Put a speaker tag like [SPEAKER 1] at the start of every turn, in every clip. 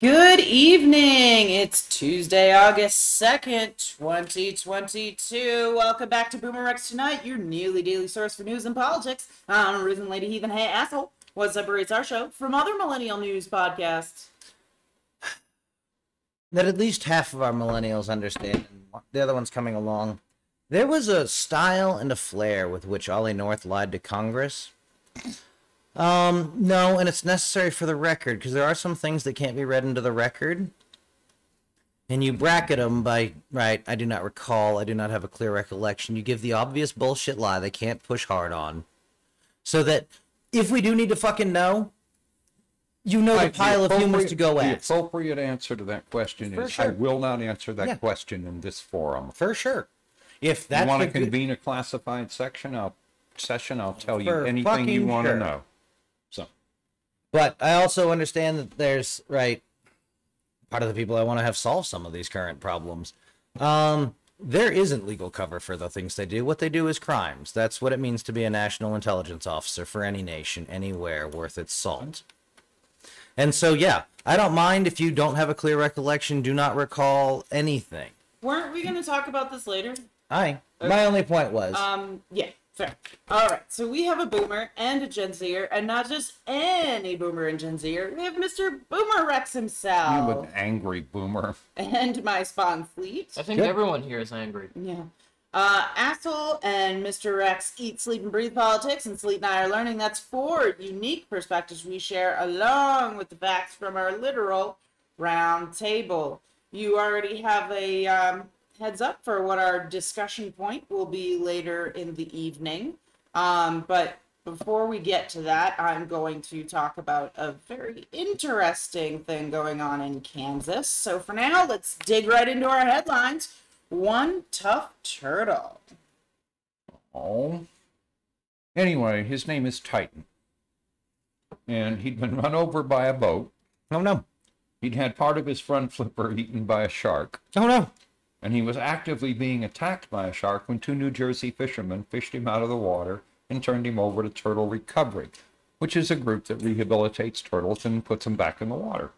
[SPEAKER 1] Good evening. It's Tuesday, August 2nd, 2022. Welcome back to Boomer Rex Tonight, your nearly daily source for news and politics. I'm Risen Lady Heathen Hey Asshole. What separates our show from other millennial news podcasts?
[SPEAKER 2] that at least half of our millennials understand, and the other one's coming along. There was a style and a flair with which Ollie North lied to Congress. Um, no, and it's necessary for the record because there are some things that can't be read into the record. And you bracket them by, right, I do not recall, I do not have a clear recollection. You give the obvious bullshit lie they can't push hard on. So that if we do need to fucking know, you know the
[SPEAKER 3] Right,
[SPEAKER 2] pile of humans
[SPEAKER 3] appropriate-
[SPEAKER 2] to go
[SPEAKER 3] The
[SPEAKER 2] at.
[SPEAKER 3] appropriate answer to that question
[SPEAKER 2] For
[SPEAKER 3] is, I
[SPEAKER 2] sure.
[SPEAKER 3] will not answer
[SPEAKER 2] Yeah.
[SPEAKER 3] that question in this forum.
[SPEAKER 2] For sure. If
[SPEAKER 3] You
[SPEAKER 2] that's
[SPEAKER 3] want
[SPEAKER 2] the
[SPEAKER 3] to
[SPEAKER 2] good-
[SPEAKER 3] convene a classified section, I'll, session, I'll tell you
[SPEAKER 2] For
[SPEAKER 3] anything you
[SPEAKER 2] fucking
[SPEAKER 3] want to
[SPEAKER 2] sure.
[SPEAKER 3] know. So,
[SPEAKER 2] but I also understand that there's right part of the people I want to have solve some of these current problems. Um, there isn't legal cover for the things they do. What they do is crimes. That's what it means to be a national intelligence officer for any nation, anywhere worth its salt. And so, yeah, I don't mind if you don't have a clear recollection, do not recall anything.
[SPEAKER 1] Weren't we going to talk about this later?
[SPEAKER 2] I my only point was
[SPEAKER 1] Um, yeah, fair. All right, so we have a boomer and a Gen Zer, and not just any boomer and Gen Zer. We have Mr. Boomer Rex
[SPEAKER 2] Uh,
[SPEAKER 3] I'm
[SPEAKER 1] himself
[SPEAKER 3] an angry boomer.
[SPEAKER 1] and my spawn fleet.
[SPEAKER 4] I think
[SPEAKER 2] Good.
[SPEAKER 4] everyone here is angry.
[SPEAKER 1] Yeah. Uh, Asshole and Mr. Rex eat, sleep, and breathe politics, and Sleet and I are learning. That's four unique perspectives we share, along with the facts from our literal round table. You already have a um, heads up for what our discussion point will be later in the evening. Um, but before we get to that, I'm going to talk about a very interesting thing going on in Kansas. So for now, let's dig right into our headlines. One tough turtle.
[SPEAKER 3] Oh. Anyway, his name is Titan. And he'd been run over by a boat.
[SPEAKER 2] oh no,
[SPEAKER 3] He'd had part of his front flipper eaten by a shark.
[SPEAKER 2] oh no,
[SPEAKER 3] and he was actively being attacked by a shark when two New Jersey fishermen fished him out of the water and turned him over to Turtle Recovery, which is a group that rehabilitates turtles and puts them back in the water.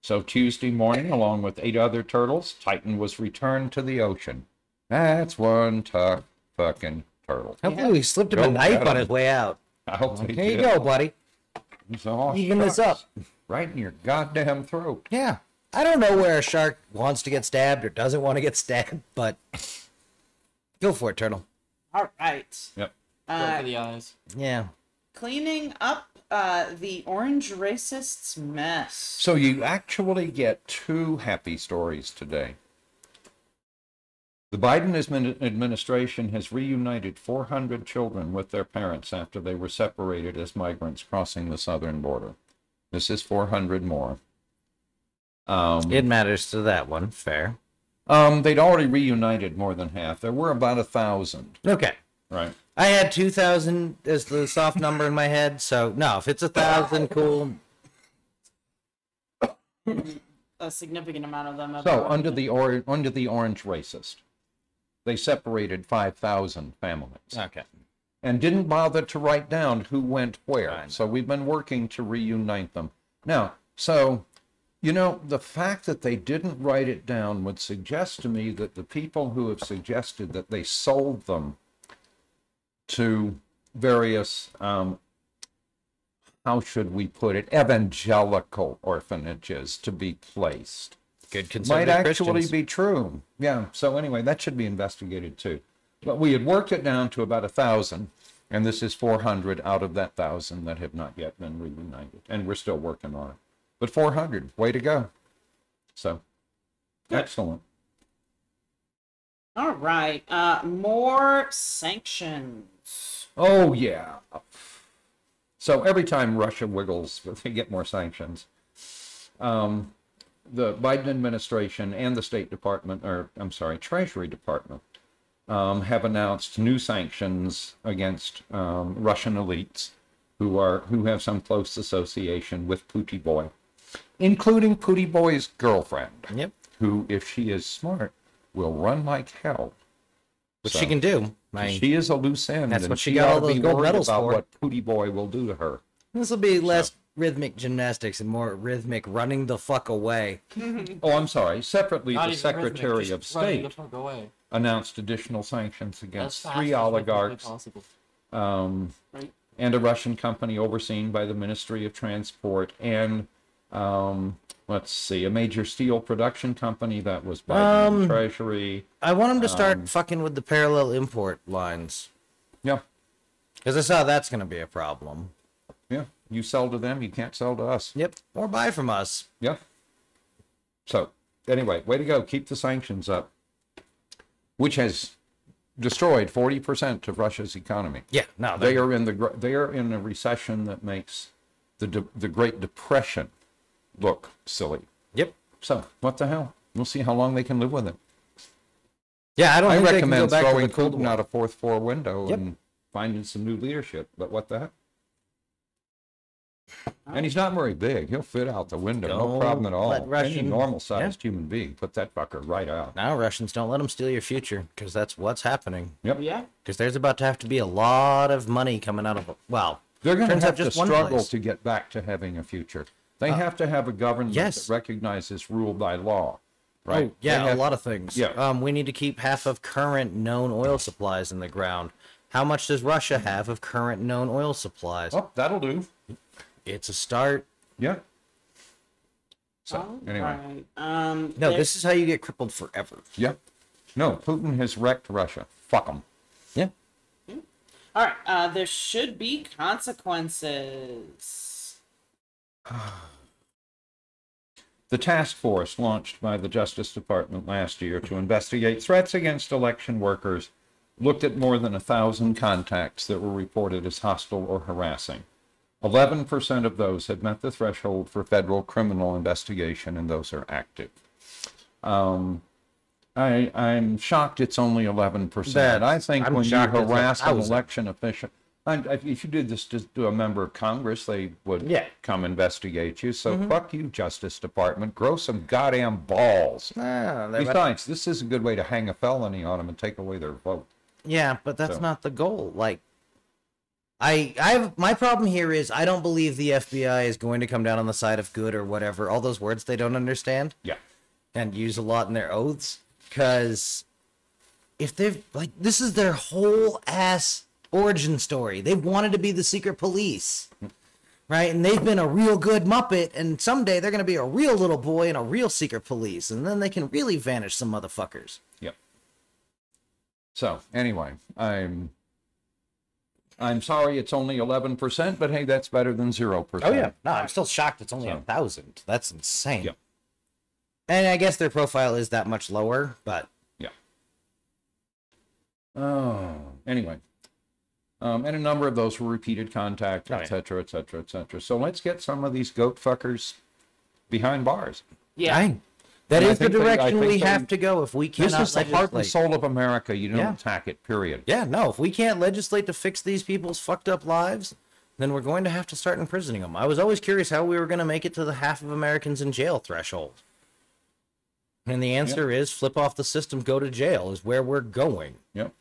[SPEAKER 3] So Tuesday morning, along with eight other turtles, Titan was returned to the ocean. That's one tough fucking turtle.
[SPEAKER 2] hopefully we Oh, slipped him a
[SPEAKER 3] Go
[SPEAKER 2] knife
[SPEAKER 3] get
[SPEAKER 2] on
[SPEAKER 3] him.
[SPEAKER 2] his way out.
[SPEAKER 3] I hope they
[SPEAKER 2] Here you
[SPEAKER 3] did.
[SPEAKER 2] go, buddy.
[SPEAKER 3] So,
[SPEAKER 2] Even this
[SPEAKER 3] shucks.
[SPEAKER 2] up.
[SPEAKER 3] Right in your goddamn throat.
[SPEAKER 2] Yeah. I don't know where a shark wants to get stabbed or doesn't want to get stabbed, but go for it, turtle.
[SPEAKER 1] All right.
[SPEAKER 3] Yep.
[SPEAKER 4] Go
[SPEAKER 1] Uh,
[SPEAKER 4] for the eyes.
[SPEAKER 2] Yeah.
[SPEAKER 1] cleaning up uh, the orange racist's mess.
[SPEAKER 3] So you actually get two happy stories today. The Biden admin- administration has reunited 400 children with their parents after they were separated as migrants crossing the southern border. This is 400 more. Um,
[SPEAKER 2] It matters to that one. Fair.
[SPEAKER 3] um, they'd already reunited more than half. There were about a thousand,
[SPEAKER 2] Okay.
[SPEAKER 3] right?
[SPEAKER 2] I had 2,000 as the soft number in my head, so no, if it's a 1,000, cool.
[SPEAKER 1] A significant amount of them. have
[SPEAKER 3] So
[SPEAKER 1] already
[SPEAKER 3] under
[SPEAKER 1] been-
[SPEAKER 3] the or- under the orange racist, they separated 5,000 families.
[SPEAKER 2] Okay.
[SPEAKER 3] and didn't bother to write down who went where.
[SPEAKER 2] I know.
[SPEAKER 3] So we've been working to reunite them. Now, so, you know, the fact that they didn't write it down would suggest to me that the people who have suggested that they sold them to various, um, how should we put it, evangelical orphanages to be placed
[SPEAKER 2] Good
[SPEAKER 3] might
[SPEAKER 2] conservative
[SPEAKER 3] actually
[SPEAKER 2] Christians.
[SPEAKER 3] be true. Yeah. So anyway, that should be investigated too. But we had worked it down to about a thousand, and this is 400 out of that thousand that have not yet been reunited, and we're still working on it. But 400, way to go. So excellent.
[SPEAKER 1] All right. Uh, more sanctions.
[SPEAKER 3] Oh yeah. So every time Russia wiggles, they get more sanctions. Um, the Biden administration and the State Department, or I'm sorry, Treasury Department, um, have announced new sanctions against um, Russian elites who are who have some close association with Putin Boy, including Putin Boy's girlfriend,
[SPEAKER 2] Yep.
[SPEAKER 3] who, if she is smart, will run like hell.
[SPEAKER 2] Which
[SPEAKER 3] So-
[SPEAKER 2] she can do. My,
[SPEAKER 3] she is a loose end.
[SPEAKER 2] That's
[SPEAKER 3] and
[SPEAKER 2] what she got all
[SPEAKER 3] ought to
[SPEAKER 2] those
[SPEAKER 3] be
[SPEAKER 2] gold
[SPEAKER 3] worried
[SPEAKER 2] medals
[SPEAKER 3] about
[SPEAKER 2] for.
[SPEAKER 3] What Pooty Boy will do to her.
[SPEAKER 2] this will be less rhythmic gymnastics and more rhythmic running the fuck away.
[SPEAKER 3] Oh, I'm sorry. Separately,
[SPEAKER 4] Not
[SPEAKER 3] the
[SPEAKER 4] even rhythmic,
[SPEAKER 3] Secretary
[SPEAKER 4] just
[SPEAKER 3] of
[SPEAKER 4] running the
[SPEAKER 3] State
[SPEAKER 4] fuck away.
[SPEAKER 3] announced additional sanctions
[SPEAKER 4] As
[SPEAKER 3] against
[SPEAKER 4] fast
[SPEAKER 3] three
[SPEAKER 4] as humanly
[SPEAKER 3] oligarchs
[SPEAKER 4] possible,
[SPEAKER 3] um,
[SPEAKER 4] right?
[SPEAKER 3] and a Russian company overseen by the Ministry of Transport and um, let's see, a major steel production company that was Biden
[SPEAKER 2] Um,
[SPEAKER 3] Treasury.
[SPEAKER 2] I want them to start fucking with the parallel import lines
[SPEAKER 3] Yeah,
[SPEAKER 2] because I saw that's going to be a problem.
[SPEAKER 3] yeah. You sell to them, you can't sell to us.
[SPEAKER 2] Yep, or buy from us.
[SPEAKER 3] Yeah. So, anyway, way to go. Keep the sanctions up, which has destroyed 40% of Russia's economy.
[SPEAKER 2] Yeah, no,
[SPEAKER 3] They
[SPEAKER 2] they're-
[SPEAKER 3] are in the gr- they are in a recession that makes the de- the Great Depression look silly.
[SPEAKER 2] Yep.
[SPEAKER 3] So, what the hell? We'll see how long they can live with it.
[SPEAKER 2] Yeah, I don't
[SPEAKER 3] I
[SPEAKER 2] think
[SPEAKER 3] recommend
[SPEAKER 2] they can go back
[SPEAKER 3] throwing
[SPEAKER 2] to the Cold
[SPEAKER 3] Putin
[SPEAKER 2] War.
[SPEAKER 3] out a fourth floor window
[SPEAKER 2] Yep.
[SPEAKER 3] and finding some new leadership, but what the heck? And he's not very big. He'll fit out the window, no
[SPEAKER 2] Don't
[SPEAKER 3] problem at all.
[SPEAKER 2] let
[SPEAKER 3] Any
[SPEAKER 2] Russian-
[SPEAKER 3] normal sized human being, put that fucker right out.
[SPEAKER 2] Now Russians don't let them steal your future because that's what's happening.
[SPEAKER 3] Yep.
[SPEAKER 1] Yeah.
[SPEAKER 2] Because there's about to have to be a lot of money coming out of well,
[SPEAKER 3] They're going to
[SPEAKER 2] turns out
[SPEAKER 3] have to
[SPEAKER 2] just one
[SPEAKER 3] struggle
[SPEAKER 2] place. Uh,
[SPEAKER 3] to get back to having a future. They have to have a government
[SPEAKER 2] yes.
[SPEAKER 3] that recognizes rule by law, right?
[SPEAKER 2] Oh, yeah,
[SPEAKER 3] They
[SPEAKER 2] a
[SPEAKER 3] have-
[SPEAKER 2] lot of things.
[SPEAKER 3] Yeah.
[SPEAKER 2] Um, we need to keep half of current known oil supplies in the ground. How much does Russia have of current known oil supplies?
[SPEAKER 3] Oh, that'll do.
[SPEAKER 2] It's a start.
[SPEAKER 3] Yeah. So
[SPEAKER 1] All
[SPEAKER 3] anyway,
[SPEAKER 1] right. Um,
[SPEAKER 2] No,
[SPEAKER 1] there-
[SPEAKER 2] this is how you get crippled forever.
[SPEAKER 3] yeah. No, Putin has wrecked Russia. Fuck him.
[SPEAKER 2] Yeah.
[SPEAKER 1] All right. Uh, there should be consequences.
[SPEAKER 3] The task force launched by the Justice Department last year to investigate threats against election workers looked at more than a thousand contacts that were reported as hostile or harassing. 11% of those had met the threshold for federal criminal investigation, and those are active. Um, I, I'm shocked it's only 11%.
[SPEAKER 2] That's-
[SPEAKER 3] I think
[SPEAKER 2] I'm
[SPEAKER 3] when you
[SPEAKER 2] shocked it's a
[SPEAKER 3] harass an
[SPEAKER 2] thousand.
[SPEAKER 3] election official, and if if you did this to, to a member of Congress, they would
[SPEAKER 2] Yeah. Mm-hmm.
[SPEAKER 3] come investigate you. So fuck you, Justice Department. Grow some goddamn balls.
[SPEAKER 2] Ah, they're about-
[SPEAKER 3] Besides, this is a good way to hang a felony on them and take away their vote.
[SPEAKER 2] yeah, but that's
[SPEAKER 3] So.
[SPEAKER 2] not the goal. Like, I, I have my problem here is I don't believe the FBI is going to come down on the side of good or whatever. All those words they don't understand.
[SPEAKER 3] Yeah.
[SPEAKER 2] and use a lot in their oaths because if they've like this is their whole ass origin story they've wanted to be the secret police right and they've been a real good muppet and someday they're going to be a real little boy and a real secret police and then they can really vanish some motherfuckers
[SPEAKER 3] Yep. So anyway, I'm I'm sorry it's only eleven percent, but hey, that's better than zero percent.
[SPEAKER 2] Oh, no i'm still shocked it's only a
[SPEAKER 3] So-
[SPEAKER 2] thousand that's insane
[SPEAKER 3] Yep.
[SPEAKER 2] and i guess their profile is that much lower but
[SPEAKER 3] Yeah. Oh. Anyway. Um, and a number of those were repeated contacts,
[SPEAKER 2] Oh, yeah.
[SPEAKER 3] et cetera, et cetera, et cetera. So let's get some of these goat fuckers behind bars.
[SPEAKER 1] Yeah.
[SPEAKER 2] dang that
[SPEAKER 3] Yeah, I
[SPEAKER 2] is the
[SPEAKER 3] think they- I
[SPEAKER 2] direction
[SPEAKER 3] think
[SPEAKER 2] we
[SPEAKER 3] they-
[SPEAKER 2] have to go if we cannot
[SPEAKER 3] This is the heart and
[SPEAKER 2] legislate.
[SPEAKER 3] soul of America. You don't
[SPEAKER 2] Yeah.
[SPEAKER 3] attack it, period.
[SPEAKER 2] Yeah, no, if we can't legislate to fix these people's fucked up lives, then we're going to have to start imprisoning them. I was always curious how we were going to make it to the half of Americans in jail threshold. And the answer is flip off the system, go to jail is where we're going.
[SPEAKER 3] Yep.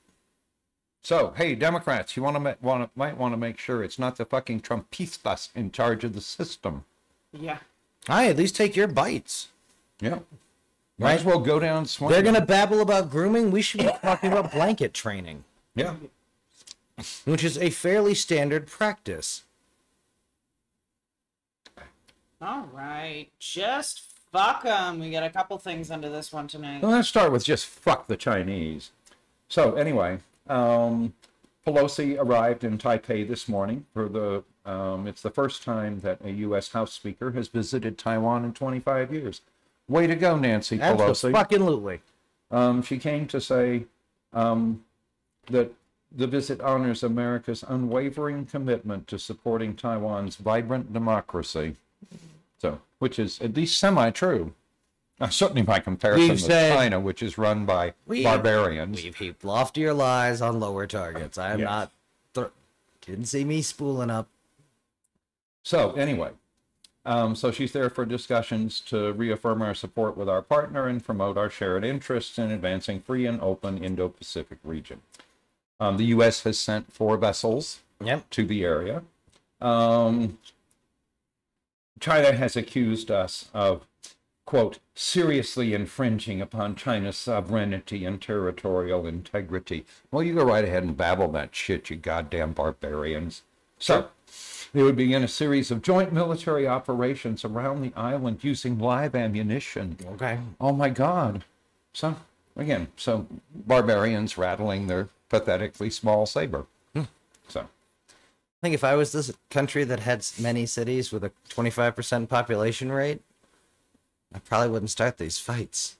[SPEAKER 3] So, hey, Democrats, you want to want to might want to make sure it's not the fucking Trumpistas in charge of the system.
[SPEAKER 1] Yeah.
[SPEAKER 2] I at least take your bites.
[SPEAKER 3] Yeah. Might as
[SPEAKER 2] Right.
[SPEAKER 3] well go down. Swing.
[SPEAKER 2] They're going to babble about grooming. We should be talking about blanket training,
[SPEAKER 3] Yeah.
[SPEAKER 2] which is a fairly standard practice.
[SPEAKER 1] All right. Just fuck them. We got a couple things under this one tonight.
[SPEAKER 3] Well, let's start with just fuck the Chinese. So anyway, um, Pelosi arrived in Taipei this morning for the. Um, it's the first time that a U.S. House Speaker has visited Taiwan in 25 years. Way to go, Nancy Pelosi.
[SPEAKER 2] Absolutely.
[SPEAKER 3] Um, she came to say um, that the visit honors America's unwavering commitment to supporting Taiwan's vibrant democracy. So, which is at least semi true. certainly by comparison
[SPEAKER 2] We've
[SPEAKER 3] with
[SPEAKER 2] said-
[SPEAKER 3] China, which is run by
[SPEAKER 2] We-
[SPEAKER 3] barbarians.
[SPEAKER 2] We've heaped loftier lies on lower targets. I am
[SPEAKER 3] Yes.
[SPEAKER 2] not. Th- didn't see me spooling up.
[SPEAKER 3] So, anyway, um, so she's there for discussions to reaffirm our support with our partner and promote our shared interests in advancing free and open Indo Pacific region. Um, the U.S. has sent four vessels
[SPEAKER 2] Yep.
[SPEAKER 3] to the area. Um, China has accused us of, quote, seriously infringing upon China's sovereignty and territorial integrity. Well, you go right ahead and babble that shit, you goddamn barbarians. So, they would begin a series of joint military operations around the island using live ammunition.
[SPEAKER 2] Okay.
[SPEAKER 3] Oh my God. So, again, so barbarians rattling their pathetically small saber. So,
[SPEAKER 2] I think if I was this country that had s- many cities with a 25% population rate, I probably wouldn't start these fights.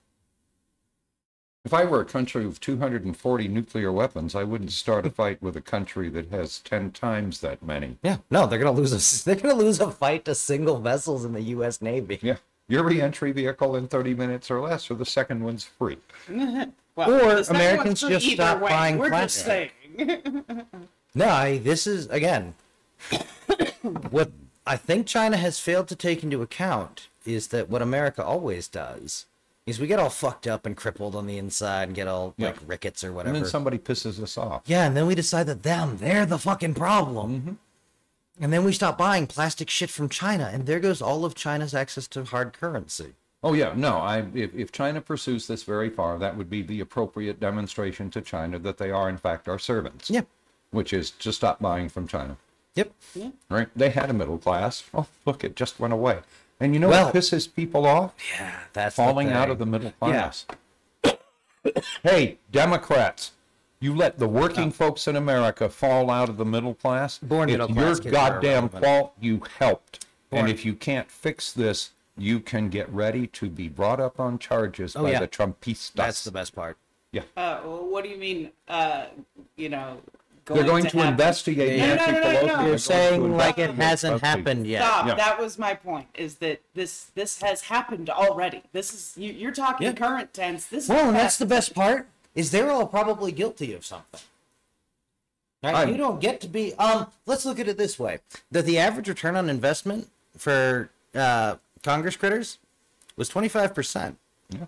[SPEAKER 3] if I were a country with 240 nuclear weapons, I wouldn't start a fight with a country that has 10 times that many.
[SPEAKER 2] Yeah, no, they're gonna lose a s- they're gonna lose a fight to single vessels in the U.S. Navy.
[SPEAKER 3] Yeah. Your reentry vehicle in 30 minutes or less, or the second one's free.
[SPEAKER 1] Well,
[SPEAKER 2] Or
[SPEAKER 1] the second
[SPEAKER 2] Americans
[SPEAKER 1] one's true
[SPEAKER 2] just
[SPEAKER 1] either
[SPEAKER 2] stop
[SPEAKER 1] way.
[SPEAKER 2] buying
[SPEAKER 1] We're just
[SPEAKER 2] plastic.
[SPEAKER 1] saying.
[SPEAKER 2] No, I, this is again what I think China has failed to take into account is that what America always does is we get all fucked up and crippled on the inside and get all
[SPEAKER 3] Yeah.
[SPEAKER 2] like rickets or
[SPEAKER 3] And
[SPEAKER 2] whatever.
[SPEAKER 3] then somebody pisses us off.
[SPEAKER 2] Yeah, and then we decide that them, they're the fucking problem.
[SPEAKER 3] Mm-hmm.
[SPEAKER 2] And then we stop buying plastic shit from China, and there goes all of China's access to hard currency.
[SPEAKER 3] Oh yeah, no. I if, if China pursues this very far, that would be the appropriate demonstration to China that they are in fact our servants.
[SPEAKER 2] Yep.
[SPEAKER 3] Which is to stop buying from China.
[SPEAKER 2] Yep.
[SPEAKER 3] Right? They had a middle class. Oh look, it just went away. And you know
[SPEAKER 2] Well-
[SPEAKER 3] what pisses people off?
[SPEAKER 2] Yeah, that's the
[SPEAKER 3] Falling out of the
[SPEAKER 2] thing.
[SPEAKER 3] middle class. hey, Democrats. You let the working folks in America fall out of the middle class.
[SPEAKER 2] Oh. Born
[SPEAKER 3] it's
[SPEAKER 2] middle
[SPEAKER 3] your
[SPEAKER 2] class kids are
[SPEAKER 3] goddamn
[SPEAKER 2] irrelevant.
[SPEAKER 3] fault. You helped.
[SPEAKER 2] Born-
[SPEAKER 3] And if you can't fix this, you can get ready to be brought up on charges
[SPEAKER 2] Oh,
[SPEAKER 3] by
[SPEAKER 2] yeah.
[SPEAKER 3] the Trumpistas.
[SPEAKER 2] That's the Oh, best part.
[SPEAKER 1] Uh, what do you mean? Uh, you know, going
[SPEAKER 3] They're going to,
[SPEAKER 1] happen?
[SPEAKER 3] investigate
[SPEAKER 2] No, no,
[SPEAKER 3] Nancy
[SPEAKER 1] no, no, no. You're
[SPEAKER 3] Pelosi. They're going
[SPEAKER 2] You're
[SPEAKER 3] to
[SPEAKER 2] saying like it
[SPEAKER 3] investigate
[SPEAKER 2] hasn't
[SPEAKER 3] Pelosi.
[SPEAKER 2] happened yet.
[SPEAKER 1] Stop.
[SPEAKER 3] Yeah.
[SPEAKER 1] That was my point. Is that this this has happened already? This is you, you're talking
[SPEAKER 2] Yeah.
[SPEAKER 1] current tense. This
[SPEAKER 2] Well,
[SPEAKER 1] is
[SPEAKER 2] and that's
[SPEAKER 1] past.
[SPEAKER 2] the best part is they're all probably guilty of something. Right?
[SPEAKER 3] I'm-
[SPEAKER 2] You don't get to be. Um, let's look at it this way: that the average return on investment for uh, Congress critters was twenty five percent.
[SPEAKER 3] Yeah.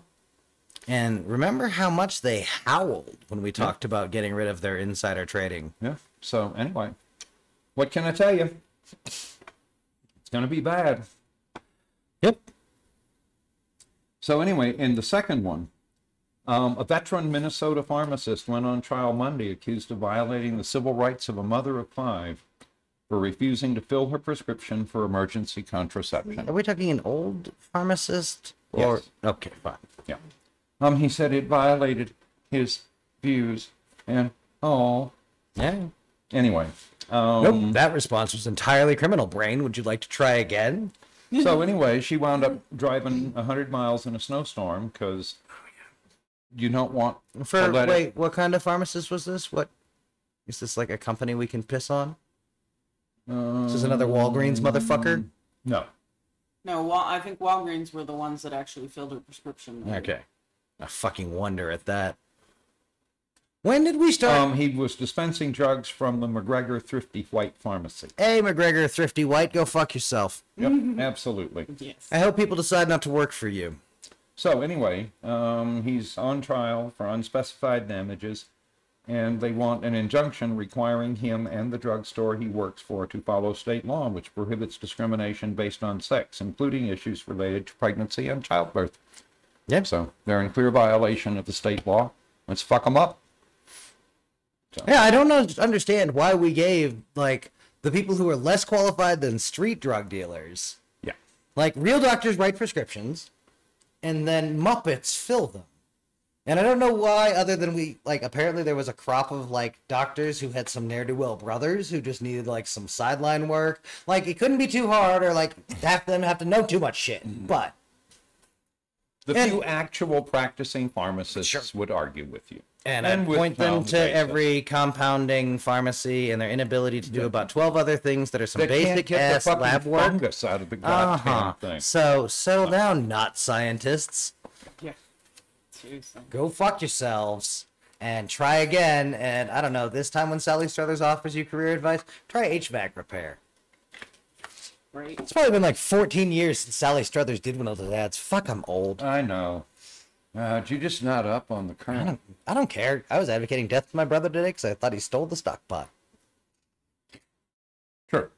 [SPEAKER 2] And remember how much they howled when we talked about getting rid of their insider trading.
[SPEAKER 3] Yeah. So anyway, what can I tell you? It's going to be bad.
[SPEAKER 2] Yep.
[SPEAKER 3] So anyway, in the second one, um, a veteran Minnesota pharmacist went on trial Monday accused of violating the civil rights of a mother of five for refusing to fill her prescription for emergency contraception.
[SPEAKER 2] Are we talking an old pharmacist? Or
[SPEAKER 3] Yes.
[SPEAKER 2] okay, fine.
[SPEAKER 3] Yeah. Um, he said it violated his views and all.
[SPEAKER 2] Yeah.
[SPEAKER 3] Anyway, um,
[SPEAKER 2] Nope. that response was entirely criminal. Brain, would you like to try again?
[SPEAKER 3] so anyway, she wound up driving 100 miles in a snowstorm because you don't want to
[SPEAKER 2] For
[SPEAKER 3] let it-
[SPEAKER 2] wait, what kind of pharmacist was this? What is this like a company we can piss on? Is this another Walgreens motherfucker?
[SPEAKER 3] uh, no.
[SPEAKER 1] no. Wal- I think Walgreens were the ones that actually filled her prescription.
[SPEAKER 2] Okay. I fucking wonder at that. When did we start?
[SPEAKER 3] Um, he was dispensing drugs from the McGregor Thrifty White Pharmacy.
[SPEAKER 2] hey, McGregor, thrifty white, go fuck yourself.
[SPEAKER 3] Yep, absolutely.
[SPEAKER 1] Yes.
[SPEAKER 2] I hope people decide not to work for you.
[SPEAKER 3] So anyway, um, he's on trial for unspecified damages, and they want an injunction requiring him and the drugstore he works for to follow state law, which prohibits discrimination based on sex, including issues related to pregnancy and childbirth.
[SPEAKER 2] Yep.
[SPEAKER 3] So they're in clear violation of the state law. Let's fuck them up.
[SPEAKER 2] Yeah, I don't know, understand why we gave like the people who are less qualified than street drug dealers,
[SPEAKER 3] Yeah.
[SPEAKER 2] like real doctors write prescriptions, and then Muppets fill them. And I don't know why, other than we like apparently there was a crop of like doctors who had some ne'er do well brothers who just needed like some sideline work. Like it couldn't be too hard, or like half of them have to know too much shit. But
[SPEAKER 3] The
[SPEAKER 2] And-
[SPEAKER 3] few actual practicing pharmacists
[SPEAKER 2] Sure.
[SPEAKER 3] would argue with you.
[SPEAKER 2] and, I
[SPEAKER 3] with
[SPEAKER 2] point them
[SPEAKER 3] sound
[SPEAKER 2] to
[SPEAKER 3] basis.
[SPEAKER 2] every compounding pharmacy and their inability to do about twelve other things that are some
[SPEAKER 3] They can't
[SPEAKER 2] basic
[SPEAKER 3] get the
[SPEAKER 2] ass
[SPEAKER 3] fucking
[SPEAKER 2] lab work.
[SPEAKER 3] fungus out of the goddamn
[SPEAKER 2] Uh-huh.
[SPEAKER 3] thing.
[SPEAKER 2] So settle down, not scientists.
[SPEAKER 1] Yeah. Seriously.
[SPEAKER 2] Go fuck yourselves and try again. And I don't know, this time when Sally Struthers offers you career advice, try HVAC repair.
[SPEAKER 1] Great.
[SPEAKER 2] It's probably been like 14 years since Sally Struthers did one of those ads. Fuck, I'm old.
[SPEAKER 3] I know. Uh, you're just not up on the
[SPEAKER 2] I
[SPEAKER 3] current.
[SPEAKER 2] don't, I don't care. I was advocating death for my brother today because I thought he stole the stock pot.
[SPEAKER 3] Sure.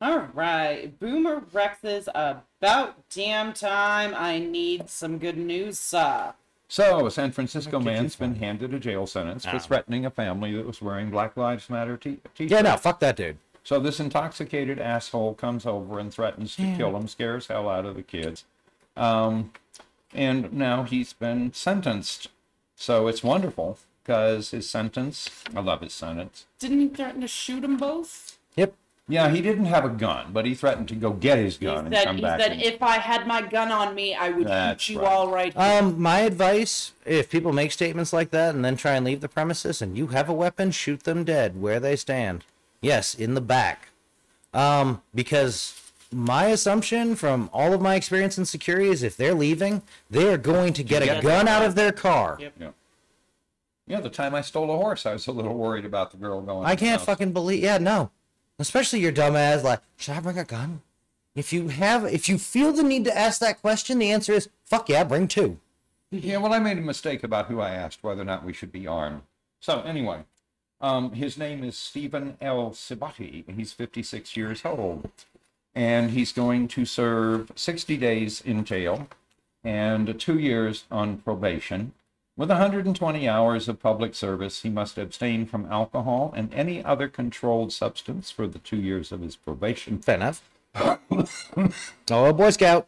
[SPEAKER 1] All right, Boomer Rex's about damn time. I need some good news, sir.
[SPEAKER 3] So, a San Francisco
[SPEAKER 2] What did you
[SPEAKER 3] man's been
[SPEAKER 2] find?
[SPEAKER 3] handed a jail sentence
[SPEAKER 2] Oh.
[SPEAKER 3] for threatening a family that was wearing Black Lives Matter t- t-shirts.
[SPEAKER 2] Yeah, no, fuck that dude.
[SPEAKER 3] So this intoxicated asshole comes over and threatens to kill him, scares hell out of the kids. Um, and now he's been sentenced. So it's wonderful because his sentence, I love his sentence.
[SPEAKER 1] Didn't he threaten to shoot them both?
[SPEAKER 2] Yep.
[SPEAKER 3] Yeah, he didn't have a gun, but he threatened to go get his
[SPEAKER 1] He
[SPEAKER 3] gun and
[SPEAKER 1] said,
[SPEAKER 3] come
[SPEAKER 1] he
[SPEAKER 3] back.
[SPEAKER 1] said
[SPEAKER 3] and-
[SPEAKER 1] if I had my gun on me, I would
[SPEAKER 3] That's
[SPEAKER 1] shoot you
[SPEAKER 3] right.
[SPEAKER 1] all right here.
[SPEAKER 2] Um, my advice: if people make statements like that and then try and leave the premises, and you have a weapon, shoot them dead where they stand. Yes, in the back. Um, because my assumption from all of my experience in security is if they're leaving, they are going to get a
[SPEAKER 3] Yes.
[SPEAKER 2] gun out of their car.
[SPEAKER 1] Yep.
[SPEAKER 3] yeah. yeah, the time I stole a horse, I was a little worried about the girl going.
[SPEAKER 2] I can't
[SPEAKER 3] out.
[SPEAKER 2] fucking believe. Yeah, no. Especially your dumbass. Like, should I bring a gun? If you have, if you feel the need to ask that question, the answer is fuck yeah, bring two.
[SPEAKER 3] Yeah, well, I made a mistake about who I asked whether or not we should be armed. So anyway, um, his name is Stephen L. Sibati. and He's 56 years old, and he's going to serve 60 days in jail and two years on probation. With 120 hours of public service, he must abstain from alcohol and any other controlled substance for the two years of his probation.
[SPEAKER 2] Fair enough. oh, Boy Scout.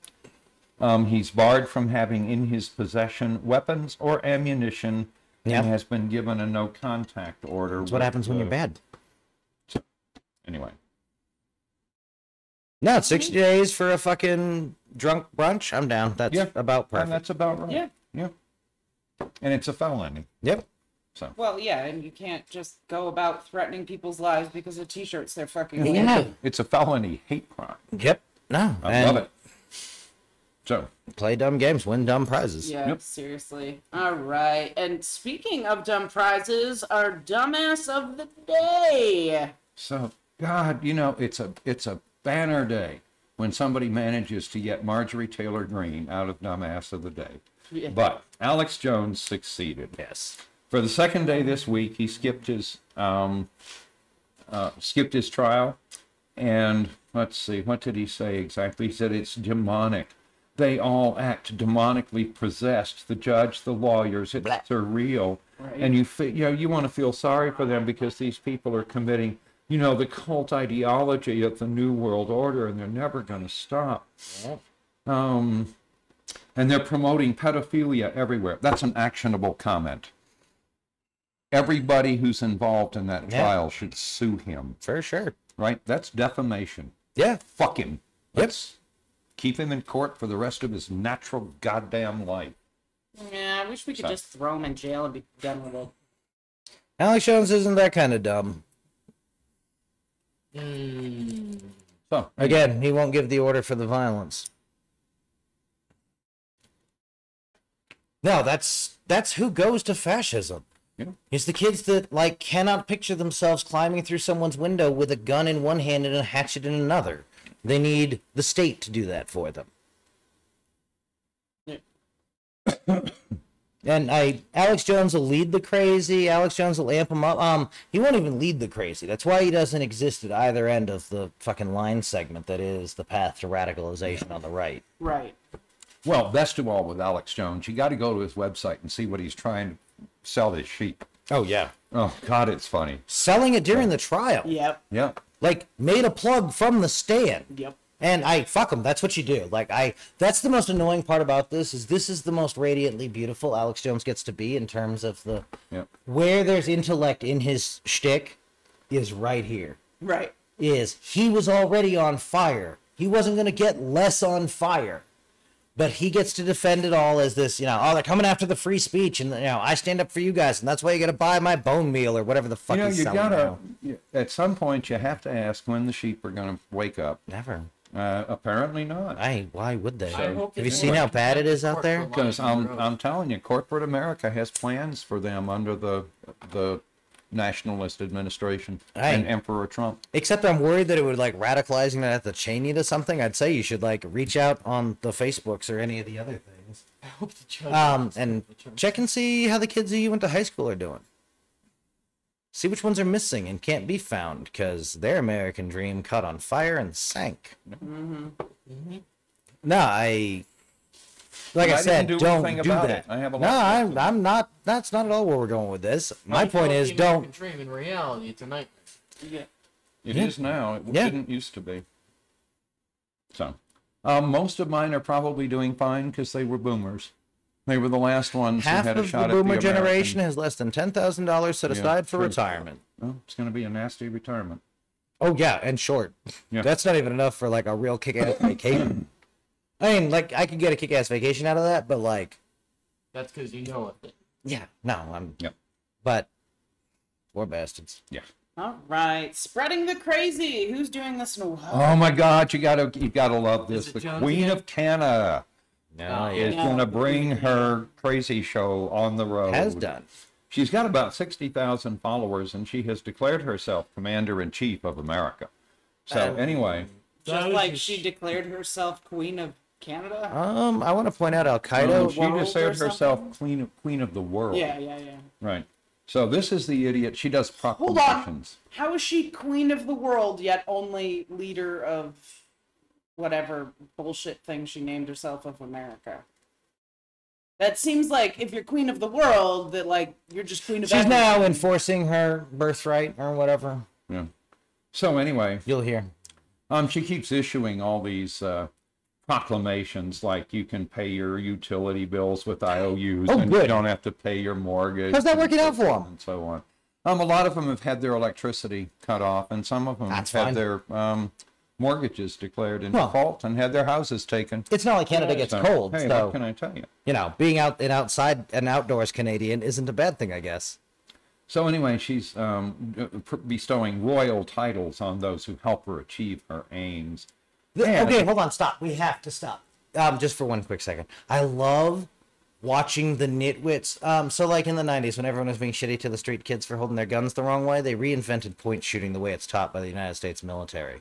[SPEAKER 3] Um, he's barred from having in his possession weapons or ammunition
[SPEAKER 2] Yeah.
[SPEAKER 3] and has been given a no contact order.
[SPEAKER 2] That's what
[SPEAKER 3] with
[SPEAKER 2] happens when you're
[SPEAKER 3] the-
[SPEAKER 2] bad.
[SPEAKER 3] Anyway,
[SPEAKER 2] No, it's 60 days for a fucking drunk brunch. I'm down. That's
[SPEAKER 3] Yeah.
[SPEAKER 2] about
[SPEAKER 3] and
[SPEAKER 2] perfect.
[SPEAKER 3] that's about right.
[SPEAKER 1] Yeah.
[SPEAKER 3] Yeah. And it's a felony.
[SPEAKER 2] Yep.
[SPEAKER 3] So,
[SPEAKER 1] well, yeah, and you can't just go about threatening people's lives because of t-shirts they're fucking wearing.
[SPEAKER 2] Yeah.
[SPEAKER 3] it's a felony hate crime.
[SPEAKER 2] Yep. No.
[SPEAKER 3] I
[SPEAKER 2] and
[SPEAKER 3] love it. So,
[SPEAKER 2] Play dumb games, win dumb prizes.
[SPEAKER 1] Yeah,
[SPEAKER 3] Yep.
[SPEAKER 1] seriously. All right. And speaking of dumb prizes, our dumbass of the day.
[SPEAKER 3] so God, you know, it's a it's a banner day when somebody manages to get Marjorie Taylor Greene out of dumbass of the day.
[SPEAKER 1] Yeah.
[SPEAKER 3] But Alex Jones succeeded.
[SPEAKER 2] Yes.
[SPEAKER 3] for the second day this week, he skipped his um, uh, skipped his trial, and let's see, what did he say exactly? He said it's demonic. They all act demonically possessed. The judge, the lawyers, it's
[SPEAKER 2] Blah.
[SPEAKER 3] surreal, and you fe- you know you want to feel sorry for them because these people are committing you know the cult ideology of the new world order, and they're never going to stop. Um, and they're promoting pedophilia everywhere. That's an actionable comment. Everybody who's involved in that
[SPEAKER 2] Yeah.
[SPEAKER 3] trial should sue him,
[SPEAKER 2] For sure.
[SPEAKER 3] right? That's defamation.
[SPEAKER 2] Yeah.
[SPEAKER 3] Fuck him.
[SPEAKER 2] Yep.
[SPEAKER 3] Let's keep him in court for the rest of his natural goddamn life.
[SPEAKER 1] Yeah, I wish we could just throw him in jail and be done with it.
[SPEAKER 2] Alex Jones isn't that kind of dumb.
[SPEAKER 3] So,
[SPEAKER 2] Again, he won't give the order for the violence. No, that's that's who goes to fascism.
[SPEAKER 3] Yeah.
[SPEAKER 2] It's the kids that like cannot picture themselves climbing through someone's window with a gun in one hand and a hatchet in another. They need the state to do that for them.
[SPEAKER 1] Yeah.
[SPEAKER 2] and I Alex Jones will lead the crazy. Alex Jones will amp him up. Um, he won't even lead the crazy. That's why he doesn't exist at either end of the fucking line segment that is the path to radicalization on the right.
[SPEAKER 1] Right.
[SPEAKER 3] well, best of all with Alex Jones, you got to go to his website and see what he's trying to sell his sheep.
[SPEAKER 2] Oh yeah.
[SPEAKER 3] Oh, God, it's funny.
[SPEAKER 2] Selling it during the trial.
[SPEAKER 1] Yep.
[SPEAKER 3] Yeah.
[SPEAKER 2] Like made a plug from the stand.
[SPEAKER 1] Yep.
[SPEAKER 2] And I fuck them. That's what you do. Like I, that's the most annoying part about this is this is the most radiantly beautiful Alex Jones gets to be in terms of the
[SPEAKER 3] Yeah.
[SPEAKER 2] where there's intellect in his shtick is right here.
[SPEAKER 1] Right.
[SPEAKER 2] Is he was already on fire. He wasn't gonna get less on fire, but he gets to defend it all as this. You know, oh, they're coming after the free speech, and you know, I stand up for you guys, and that's why you gotta buy my bone meal or whatever the fuck.
[SPEAKER 3] You know,
[SPEAKER 2] he's
[SPEAKER 3] you
[SPEAKER 2] selling
[SPEAKER 3] gotta,
[SPEAKER 2] now.
[SPEAKER 3] you- at some point, you have to ask when the sheep are going to wake up.
[SPEAKER 2] never.
[SPEAKER 3] Uh, apparently not.
[SPEAKER 2] I why would they?
[SPEAKER 3] I
[SPEAKER 2] Have
[SPEAKER 3] hope
[SPEAKER 2] you
[SPEAKER 3] it's
[SPEAKER 2] seen
[SPEAKER 3] working.
[SPEAKER 2] how bad it is out there?
[SPEAKER 3] Because I'm, I'm telling you, corporate America has plans for them under the the nationalist administration
[SPEAKER 2] Hey.
[SPEAKER 3] and Emperor Trump.
[SPEAKER 2] Except I'm worried that it would like radicalizing that have to chain you to something. I'd say you should like reach out on the Facebooks or any of the other things.
[SPEAKER 4] I hope
[SPEAKER 1] Uh,
[SPEAKER 4] the judge.
[SPEAKER 2] Um, and check and see how the kids who you went to high school are doing. See which ones are missing and can't be found because their American dream caught on fire and sank. No, I. Like I,
[SPEAKER 3] And Mm-hmm. I didn't
[SPEAKER 2] said,
[SPEAKER 3] do
[SPEAKER 2] don't
[SPEAKER 3] anything
[SPEAKER 2] do
[SPEAKER 3] about
[SPEAKER 2] that.
[SPEAKER 3] it. I have a
[SPEAKER 2] no,
[SPEAKER 3] lot of
[SPEAKER 2] I'm, I'm not. That's not at all where we're going with this. My point is, don't
[SPEAKER 4] dream in reality. It's a nightmare.
[SPEAKER 3] It is
[SPEAKER 2] Yeah.
[SPEAKER 3] now. It
[SPEAKER 2] Yeah.
[SPEAKER 3] didn't used to be. So, um, most of mine are probably doing fine because they were boomers. They were the last ones
[SPEAKER 2] half
[SPEAKER 3] who had a
[SPEAKER 2] of the boomer
[SPEAKER 3] shot at the American-
[SPEAKER 2] generation has less than ten thousand dollars set
[SPEAKER 3] Yeah,
[SPEAKER 2] aside for
[SPEAKER 3] true.
[SPEAKER 2] retirement.
[SPEAKER 3] Well, it's going to be a nasty retirement.
[SPEAKER 2] Oh yeah, and short.
[SPEAKER 3] Yeah.
[SPEAKER 2] That's not even enough for like a real kick-ass vacation. I mean, like I could get a kick-ass vacation out of that, but like,
[SPEAKER 4] That's because you know it.
[SPEAKER 2] yeah, no, I'm.
[SPEAKER 3] Yep.
[SPEAKER 2] But poor bastards.
[SPEAKER 3] Yeah.
[SPEAKER 1] All right, spreading the crazy. Who's doing this in a while?
[SPEAKER 3] Oh my God! You gotta, you gotta love
[SPEAKER 4] Is
[SPEAKER 3] this.
[SPEAKER 4] it
[SPEAKER 3] The
[SPEAKER 4] Jonesy
[SPEAKER 3] Queen
[SPEAKER 4] yet?
[SPEAKER 3] of Canada
[SPEAKER 2] No,
[SPEAKER 4] Oh,
[SPEAKER 3] is
[SPEAKER 1] yeah.
[SPEAKER 3] gonna bring her crazy show on the road.
[SPEAKER 2] has done.
[SPEAKER 3] She's got about 60,000 followers, and she has declared herself Commander in Chief of America. So,
[SPEAKER 2] Um,
[SPEAKER 3] anyway,
[SPEAKER 1] Just
[SPEAKER 4] Those
[SPEAKER 1] like
[SPEAKER 4] is-
[SPEAKER 1] she declared herself Queen of Canada.
[SPEAKER 2] Um, I want to point out Al
[SPEAKER 3] um,
[SPEAKER 2] Qaeda.
[SPEAKER 3] she
[SPEAKER 1] world or
[SPEAKER 3] declared
[SPEAKER 1] something?
[SPEAKER 3] herself queen of, queen of the World.
[SPEAKER 1] Yeah, yeah, yeah.
[SPEAKER 3] Right. So, this is the idiot. She does
[SPEAKER 1] on.
[SPEAKER 3] proclamations.
[SPEAKER 1] How is she Queen of the World yet only leader of whatever bullshit thing she named herself of America? That seems like if you're Queen of the World, that like you're just Queen of.
[SPEAKER 2] She's
[SPEAKER 1] everything.
[SPEAKER 2] now enforcing her birthright or whatever.
[SPEAKER 3] Yeah. So, anyway,
[SPEAKER 2] You'll hear.
[SPEAKER 3] Um, she keeps issuing all these uh, proclamations, like you can pay your utility bills with IOUs,
[SPEAKER 2] Oh,
[SPEAKER 3] and
[SPEAKER 2] good.
[SPEAKER 3] you don't have to pay your mortgage.
[SPEAKER 2] How's that
[SPEAKER 3] and
[SPEAKER 2] working
[SPEAKER 3] so
[SPEAKER 2] out for 'em?
[SPEAKER 3] on And so on. Um, a lot of them have had their electricity cut off, and some of them
[SPEAKER 2] That's
[SPEAKER 3] have
[SPEAKER 2] fine.
[SPEAKER 3] had their um, mortgages declared in
[SPEAKER 2] Well-
[SPEAKER 3] default and had their houses taken.
[SPEAKER 2] It's not like Canada gets
[SPEAKER 3] So,
[SPEAKER 2] cold,
[SPEAKER 3] Hey,
[SPEAKER 2] so
[SPEAKER 3] what can I tell you?
[SPEAKER 2] you know, being out and outside and outdoors Canadian isn't a bad thing, I guess.
[SPEAKER 3] So anyway, she's um, d- pr- bestowing royal titles on those who help her achieve her aims.
[SPEAKER 2] The-
[SPEAKER 3] Yeah.
[SPEAKER 2] Okay, hold on, stop. We have to stop. Um, just for one quick second. I love watching the nitwits. Um, so like in the '90s, when everyone was being shitty to the street kids for holding their guns the wrong way, they reinvented point shooting the way it's taught by the United States military,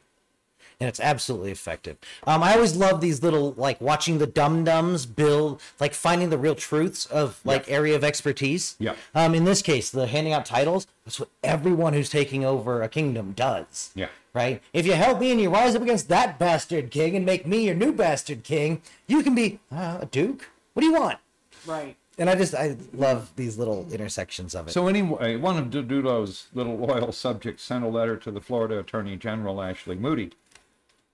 [SPEAKER 2] and it's absolutely effective. Um, I always love these little like watching the dum dums build, like finding the real truths of like area of expertise.
[SPEAKER 3] Yeah.
[SPEAKER 2] Um, in this case, the handing out titles. That's what everyone who's taking over a kingdom does
[SPEAKER 3] Yeah.
[SPEAKER 2] right? If you help me and you rise up against that bastard king and make me your new bastard king, you can be uh, a duke. What do you want?
[SPEAKER 1] right.
[SPEAKER 2] And I just I love these little intersections of it.
[SPEAKER 3] So anyway, one of Dodulo's little loyal subjects sent a letter to the Florida Attorney General Ashley Moody,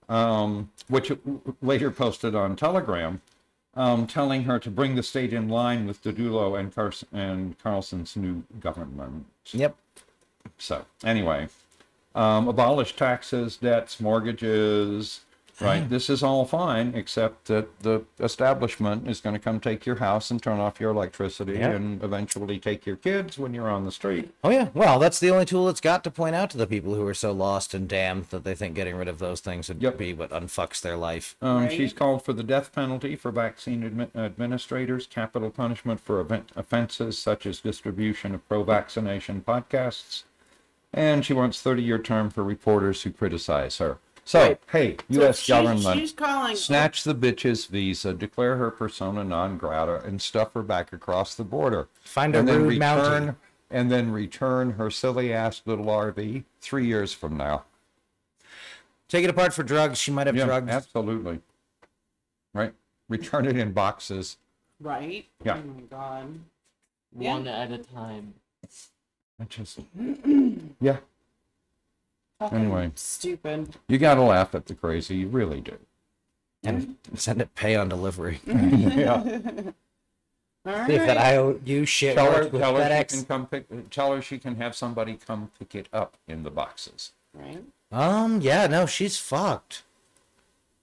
[SPEAKER 3] um, which it w- later posted on Telegram, um, telling her to bring the state in line with Dodulo and, Cars- and Carlson's new government.
[SPEAKER 2] yep.
[SPEAKER 3] So anyway, um, abolish taxes, debts, mortgages. Right, this is all fine, except that the establishment is going to come take your house and turn off your electricity,
[SPEAKER 2] Yeah.
[SPEAKER 3] and eventually take your kids when you're on the street.
[SPEAKER 2] Oh yeah. Well, that's the only tool it's got to point out to the people who are so lost and damned that they think getting rid of those things would
[SPEAKER 3] Yep.
[SPEAKER 2] be what unfucks their life.
[SPEAKER 3] Um,
[SPEAKER 1] Right.
[SPEAKER 3] She's called for the death penalty for vaccine admi- administrators, capital punishment for event- offenses such as distribution of pro vaccination podcasts, and she wants 30 year term for reporters who criticize her. So,
[SPEAKER 1] Right.
[SPEAKER 3] hey, U.S.
[SPEAKER 1] she-
[SPEAKER 3] government,
[SPEAKER 1] She's calling.
[SPEAKER 3] snatch the bitch's visa, declare her persona non grata, and stuff her back across the border.
[SPEAKER 2] Find a
[SPEAKER 3] and then
[SPEAKER 2] rude
[SPEAKER 3] return,
[SPEAKER 2] mountain.
[SPEAKER 3] And then return her silly ass little RV three years from now.
[SPEAKER 2] Take it apart for drugs. She might have
[SPEAKER 3] Yeah,
[SPEAKER 2] drugs.
[SPEAKER 3] absolutely. Right? Return it in boxes.
[SPEAKER 1] Right.
[SPEAKER 3] Yeah.
[SPEAKER 1] Oh my god. Yeah.
[SPEAKER 4] One at a time.
[SPEAKER 3] I just, yeah,
[SPEAKER 1] Fucking
[SPEAKER 3] Anyway.
[SPEAKER 1] Stupid.
[SPEAKER 3] you gotta laugh at the crazy. You really do.
[SPEAKER 2] And send it pay on delivery.
[SPEAKER 3] yeah.
[SPEAKER 1] All
[SPEAKER 2] See if
[SPEAKER 1] right.
[SPEAKER 2] that IOU shit
[SPEAKER 3] Tell her,
[SPEAKER 2] worked with
[SPEAKER 3] tell her she
[SPEAKER 2] FedEx.
[SPEAKER 3] can come pick. Tell her she can have somebody come pick it up in the boxes.
[SPEAKER 1] Right.
[SPEAKER 2] Um, yeah, no, she's fucked.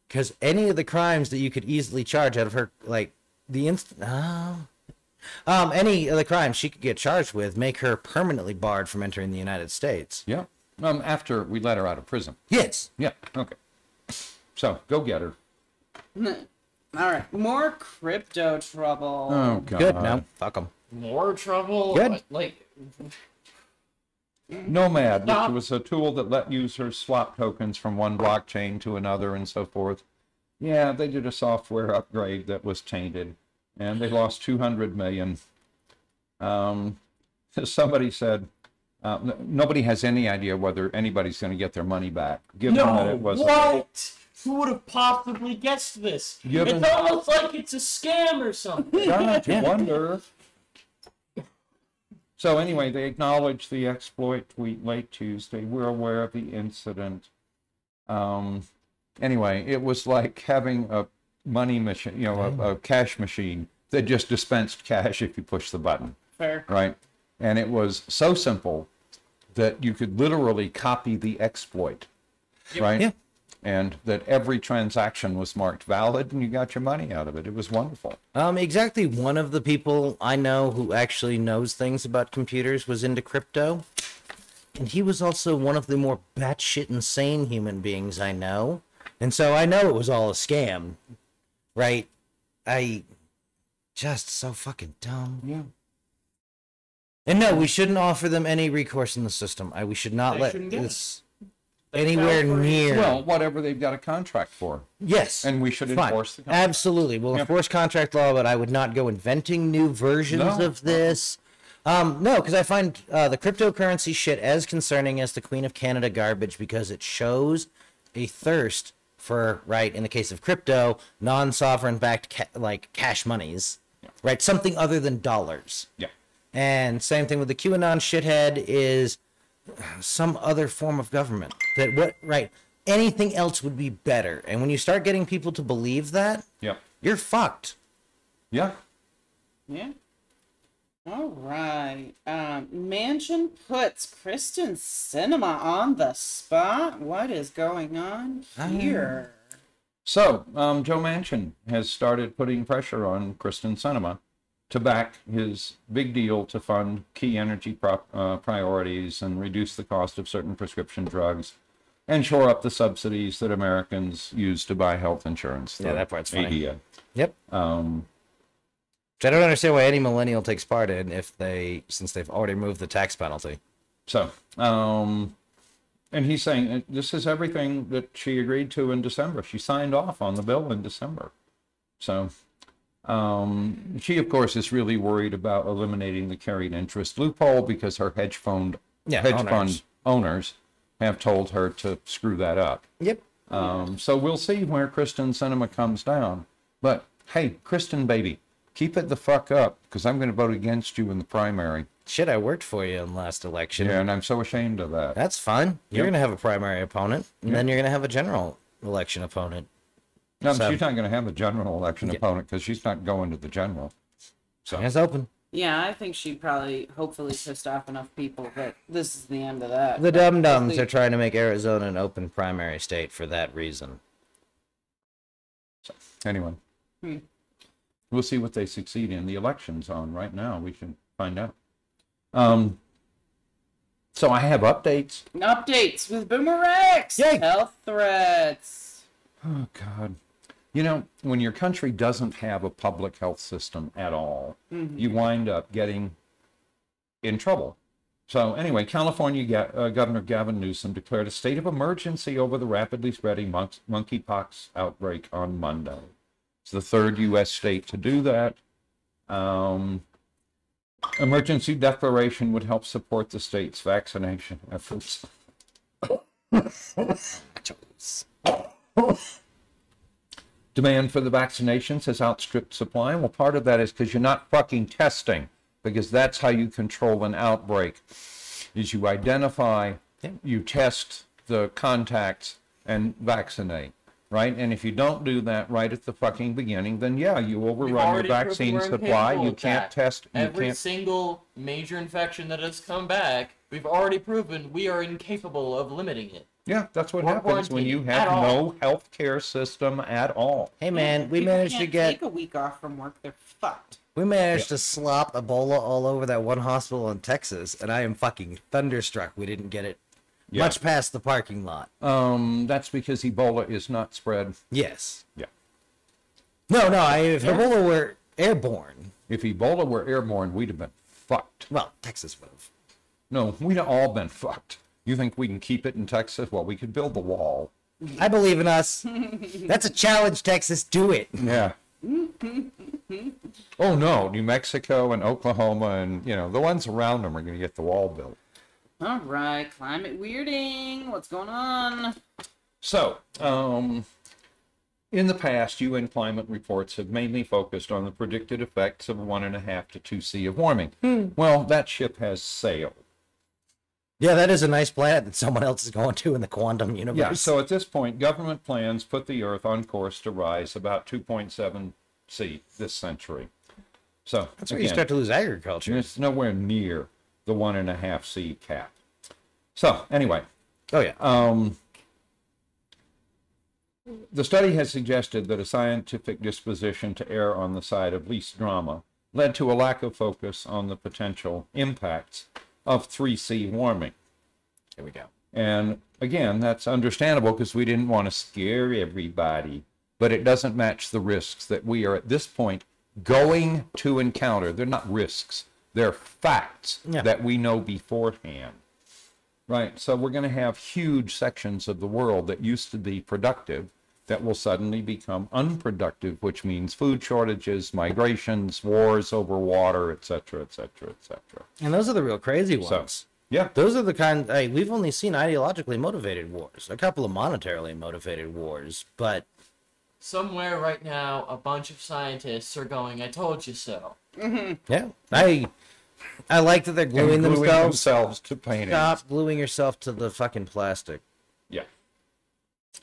[SPEAKER 2] Because any of the crimes that you could easily charge out of her, like, the inst. Um, um, any of the crimes she could get charged with make her permanently barred from entering the United States.
[SPEAKER 3] Yeah. Um. After we let her out of prison.
[SPEAKER 2] Yes.
[SPEAKER 3] Yeah. Okay. So go get her.
[SPEAKER 1] All right. More crypto trouble.
[SPEAKER 3] Oh God.
[SPEAKER 2] Good. No, fuck them.
[SPEAKER 4] More trouble.
[SPEAKER 2] Good.
[SPEAKER 4] Like- Like
[SPEAKER 3] Nomad,
[SPEAKER 4] Stop.
[SPEAKER 3] which was a tool that let users swap tokens from one blockchain to another and so forth. Yeah, they did a software upgrade that was tainted, and they lost 200 million. Um, somebody said, Uh, n- nobody has any idea whether anybody's going to get their money back, given that
[SPEAKER 4] No,
[SPEAKER 3] it was.
[SPEAKER 4] what? Who would have possibly guessed this?
[SPEAKER 3] You
[SPEAKER 4] it's
[SPEAKER 3] haven't-
[SPEAKER 4] almost like it's a scam or something.
[SPEAKER 3] Don't you wonder? So anyway, they acknowledged the exploit tweet late Tuesday. We're aware of the incident. Um, anyway, it was like having a money machine, you know, a, a cash machine that just dispensed cash if you push the button,
[SPEAKER 1] Fair.
[SPEAKER 3] right? And it was so simple that you could literally copy the exploit, right?
[SPEAKER 2] Yeah.
[SPEAKER 3] And that every transaction was marked valid, and you got your money out of it. It was wonderful.
[SPEAKER 2] Um, exactly one of the people I know who actually knows things about computers was into crypto. And he was also one of the more batshit insane human beings I know. And so I know it was all a scam. Right? I just so fucking dumb.
[SPEAKER 3] Yeah.
[SPEAKER 2] And no, we shouldn't offer them any recourse in the system. I we should not
[SPEAKER 4] They
[SPEAKER 2] let
[SPEAKER 4] shouldn't get it.
[SPEAKER 2] this anywhere
[SPEAKER 4] fell for it.
[SPEAKER 2] near
[SPEAKER 3] Well, whatever they've got a contract for.
[SPEAKER 2] Yes.
[SPEAKER 3] And we should
[SPEAKER 2] Fine.
[SPEAKER 3] enforce the contract.
[SPEAKER 2] Absolutely. We'll
[SPEAKER 3] Yeah.
[SPEAKER 2] enforce contract law, but I would not go inventing new versions
[SPEAKER 3] No.
[SPEAKER 2] of this. Um, no, because I find uh, the cryptocurrency shit as concerning as the Queen of Canada garbage because it shows a thirst for, right, in the case of crypto, non sovereign backed ca- like cash monies, right? Something other than dollars.
[SPEAKER 3] Yeah.
[SPEAKER 2] And same thing with the QAnon shithead is some other form of government. That what right anything else would be better. And when you start getting people to believe that,
[SPEAKER 3] Yeah.
[SPEAKER 2] you're fucked.
[SPEAKER 3] Yeah.
[SPEAKER 1] Yeah. All right. Um, Mansion puts Kristen Cinema on the spot. What is going on here?
[SPEAKER 3] So, um, Joe Manchin has started putting pressure on Kristen Cinema to back his big deal to fund key energy prop, uh, priorities and reduce the cost of certain prescription drugs and shore up the subsidies that Americans use to buy health insurance.
[SPEAKER 2] Yeah,
[SPEAKER 3] the
[SPEAKER 2] that part's funny.
[SPEAKER 3] ADA.
[SPEAKER 2] Yep.
[SPEAKER 3] Um,
[SPEAKER 2] Which I don't understand why any millennial takes part in if they since they've already moved the tax penalty.
[SPEAKER 3] So, um, and he's saying uh, this is everything that she agreed to in December. She signed off on the bill in December. So, um, she, of course, is really worried about eliminating the carried interest loophole because her hedge fund,
[SPEAKER 2] Yeah,
[SPEAKER 3] hedge
[SPEAKER 2] owners.
[SPEAKER 3] fund owners have told her to screw that up.
[SPEAKER 2] Yep.
[SPEAKER 3] Um, so we'll see where Kristen Cinema comes down. But hey, Kristen, baby, keep it the fuck up because I'm going to vote against you in the primary.
[SPEAKER 2] Shit, I worked for you in last election.
[SPEAKER 3] Yeah, and I'm so ashamed of that.
[SPEAKER 2] That's fine. You're
[SPEAKER 3] Yep.
[SPEAKER 2] gonna have a primary opponent, and then you're gonna have a general election opponent.
[SPEAKER 3] No,
[SPEAKER 2] So-
[SPEAKER 3] she's not going to have a general election opponent because she's not going to the general. So
[SPEAKER 2] It's open.
[SPEAKER 1] Yeah, I think she probably, hopefully, pissed off enough people that this is the end of that.
[SPEAKER 2] The dum dums are trying to make Arizona an open primary state for that reason.
[SPEAKER 3] anyway,
[SPEAKER 1] Hmm.
[SPEAKER 3] we'll see what they succeed in. The election's on right now. We should find out. Um. So I have updates.
[SPEAKER 1] Updates with Boomer Rex.
[SPEAKER 2] Yay.
[SPEAKER 1] Health threats.
[SPEAKER 3] Oh God. You know, when your country doesn't have a public health system at all, you wind up getting in trouble. So anyway, California Ga- uh, Governor Gavin Newsom declared a state of emergency over the rapidly spreading monk- monkeypox outbreak on Monday. It's the third U.S. state to do that. Um, emergency declaration would help support the state's vaccination efforts. demand for the vaccinations has outstripped supply. Well, part of that is because you're not fucking testing, because that's how you control an outbreak. Is you identify, you test the contacts, and vaccinate, right? And if you don't do that right at the fucking beginning, then yeah, you overrun your
[SPEAKER 4] Already proved
[SPEAKER 3] vaccine
[SPEAKER 4] we're
[SPEAKER 3] supply.
[SPEAKER 4] incapable
[SPEAKER 3] You
[SPEAKER 4] of
[SPEAKER 3] can't
[SPEAKER 4] that.
[SPEAKER 3] test. You
[SPEAKER 4] Every
[SPEAKER 3] can't.
[SPEAKER 4] single major infection that has come back, we've already proven we are incapable of limiting it.
[SPEAKER 3] Yeah, that's what
[SPEAKER 4] Or
[SPEAKER 3] happens when you
[SPEAKER 4] quarantine
[SPEAKER 3] have
[SPEAKER 4] at all.
[SPEAKER 3] no health care system at all.
[SPEAKER 2] Hey man, we
[SPEAKER 1] People
[SPEAKER 2] managed to
[SPEAKER 1] can't
[SPEAKER 2] get
[SPEAKER 1] take a week off from work. They're fucked.
[SPEAKER 2] we managed to slop Ebola all over that one hospital in Texas, and I am fucking thunderstruck we didn't get it
[SPEAKER 3] Yeah.
[SPEAKER 2] much past the parking lot.
[SPEAKER 3] Um, that's because Ebola is not spread.
[SPEAKER 2] Yes.
[SPEAKER 3] Yeah.
[SPEAKER 2] No, no. I, if Ebola were airborne,
[SPEAKER 3] If Ebola were airborne, we'd have been fucked.
[SPEAKER 2] well, Texas would have.
[SPEAKER 3] No, we'd have all been fucked. You think we can keep it in Texas? Well, we could build the wall.
[SPEAKER 2] I believe in us. That's a challenge, Texas. Do it.
[SPEAKER 3] Yeah. oh no, New Mexico and Oklahoma and you know the ones around them are going to get the wall built.
[SPEAKER 1] All right, climate weirding. What's going on?
[SPEAKER 3] So, um, in the past, UN climate reports have mainly focused on the predicted effects of one and a half to two C of warming.
[SPEAKER 2] Hmm.
[SPEAKER 3] Well, that ship has sailed.
[SPEAKER 2] Yeah, that is a nice planet that someone else is going to in the quantum universe.
[SPEAKER 3] Yeah, so at this point, government plans put the Earth on course to rise about 2.7 C this century. So
[SPEAKER 2] that's where you start to lose agriculture.
[SPEAKER 3] it's nowhere near the one and a half C cap. So anyway,
[SPEAKER 2] Oh yeah.
[SPEAKER 3] Um, the study has suggested that a scientific disposition to err on the side of least drama led to a lack of focus on the potential impacts of 3C warming.
[SPEAKER 2] Here we go.
[SPEAKER 3] And again, that's understandable because we didn't want to scare everybody, but it doesn't match the risks that we are at this point going to encounter. They're not risks, they're facts
[SPEAKER 2] Yeah.
[SPEAKER 3] that we know beforehand. Right. So we're going to have huge sections of the world that used to be productive that will suddenly become unproductive, which means food shortages, migrations, wars over water, et cetera, et cetera, et cetera.
[SPEAKER 2] And those are the real crazy ones.
[SPEAKER 3] Yeah.
[SPEAKER 2] Those are the kind like, we've only seen ideologically motivated wars, a couple of monetarily motivated wars, but
[SPEAKER 4] Somewhere right now, a bunch of scientists are going, I told you so.
[SPEAKER 2] yeah, I I like that they're
[SPEAKER 3] And
[SPEAKER 2] gluing
[SPEAKER 3] gluing
[SPEAKER 2] themselves.
[SPEAKER 3] themselves to paintings.
[SPEAKER 2] Stop gluing yourself to the fucking plastic.
[SPEAKER 3] Yeah.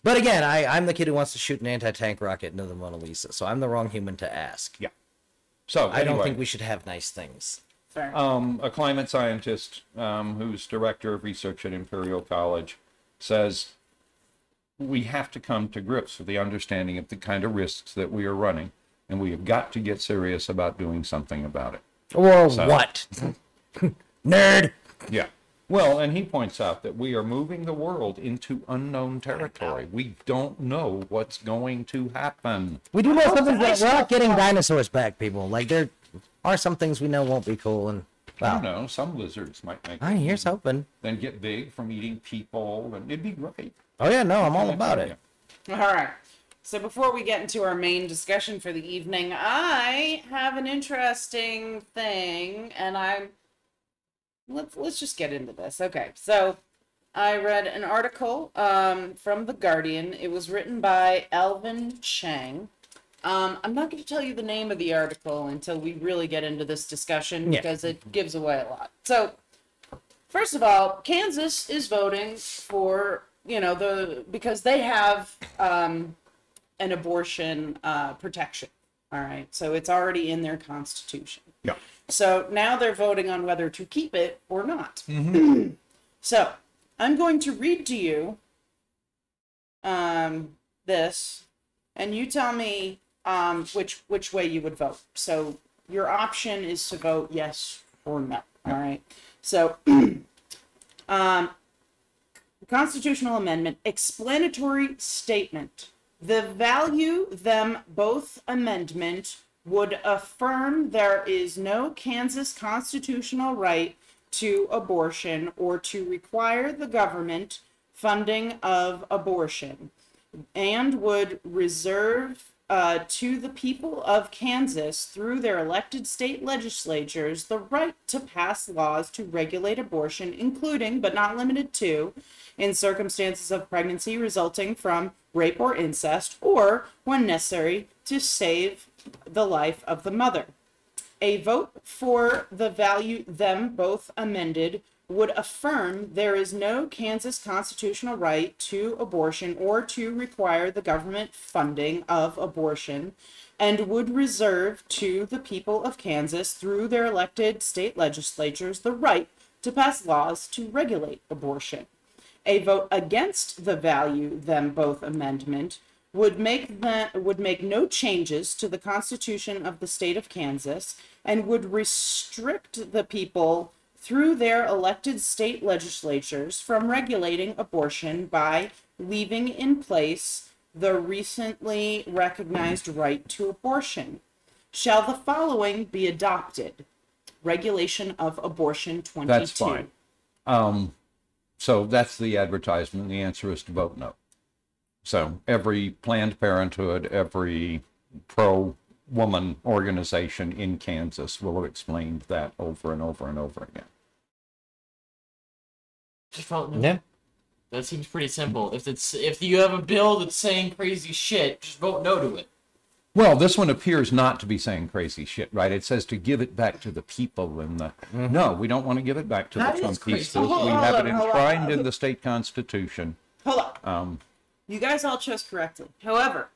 [SPEAKER 2] But again, I, I'm the kid who wants to shoot an anti-tank rocket into the Mona Lisa, so I'm the wrong human to ask.
[SPEAKER 3] Yeah. So
[SPEAKER 2] I don't
[SPEAKER 3] anyway,
[SPEAKER 2] think we should have nice things.
[SPEAKER 1] Fair.
[SPEAKER 3] um, a climate scientist um, who's director of research at Imperial College says we have to come to grips with the understanding of the kind of risks that we are running, and we have got to get serious about doing something about it.
[SPEAKER 2] Or
[SPEAKER 3] So-
[SPEAKER 2] what? Nerd.
[SPEAKER 3] Yeah. Well, and he points out that we are moving the world into unknown territory. We don't know what's going to happen.
[SPEAKER 2] We do know some things that we're not getting dinosaurs back, people. Like there are some things we know won't be cool, and
[SPEAKER 3] I don't
[SPEAKER 2] well,
[SPEAKER 3] know. Some lizards might make
[SPEAKER 2] I
[SPEAKER 3] it,
[SPEAKER 2] here's hoping.
[SPEAKER 3] then get big from eating people, and it'd be great.
[SPEAKER 2] Oh yeah, no, I'm all about it.
[SPEAKER 1] All right. So before we get into our main discussion for the evening, I have an interesting thing, and I'm let's let's just get into this. Okay. So I read an article um, from the Guardian. It was written by Alvin Chang. Um, I'm not going to tell you the name of the article until we really get into this discussion
[SPEAKER 2] Yeah.
[SPEAKER 1] because it gives away a lot. So First of all, Kansas is voting for you know the because they have um, an abortion uh, protection. All right, so it's already in their constitution.
[SPEAKER 3] Yeah.
[SPEAKER 1] So now they're voting on whether to keep it or not. so I'm going to read to you um, this, and you tell me um, which which way you would vote. So your option is to vote yes or no. All right. So um, constitutional amendment explanatory statement the value them both amendment would affirm there is no kansas constitutional right to abortion or to require the government funding of abortion and would reserve uh, to the people of Kansas through their elected state legislatures the right to pass laws to regulate abortion, including but not limited to, in circumstances of pregnancy resulting from rape or incest, or when necessary to save the life of the mother. A vote for the value them both amended would affirm there is no Kansas constitutional right to abortion or to require the government funding of abortion and would reserve to the people of Kansas through their elected state legislatures the right to pass laws to regulate abortion. A vote against the value them both amendment would make the, would make no changes to the Constitution of the state of Kansas and would restrict the people through their elected state legislatures from regulating abortion by leaving in place the recently recognized right to abortion. Shall the following be adopted? Regulation of abortion 22.
[SPEAKER 3] That's fine. Um, so that's the advertisement. The answer is to vote no. So every Planned Parenthood, every pro woman organization in Kansas will have explained that over and over and over again.
[SPEAKER 4] I don't know.
[SPEAKER 2] Yeah.
[SPEAKER 4] That seems pretty simple. If it's if you have a bill that's saying crazy shit, just vote no to it.
[SPEAKER 3] Well, this one appears not to be saying crazy shit, right? It says to give it back to the people, and the no, we don't want to give it back to
[SPEAKER 4] That
[SPEAKER 3] the
[SPEAKER 4] is
[SPEAKER 3] Trump
[SPEAKER 4] crazy.
[SPEAKER 3] people.
[SPEAKER 1] Hold
[SPEAKER 3] we
[SPEAKER 1] on,
[SPEAKER 3] have it
[SPEAKER 1] hold on.
[SPEAKER 3] enshrined in the state constitution.
[SPEAKER 1] Hold on.
[SPEAKER 3] Um,
[SPEAKER 1] You guys all chose correctly. However,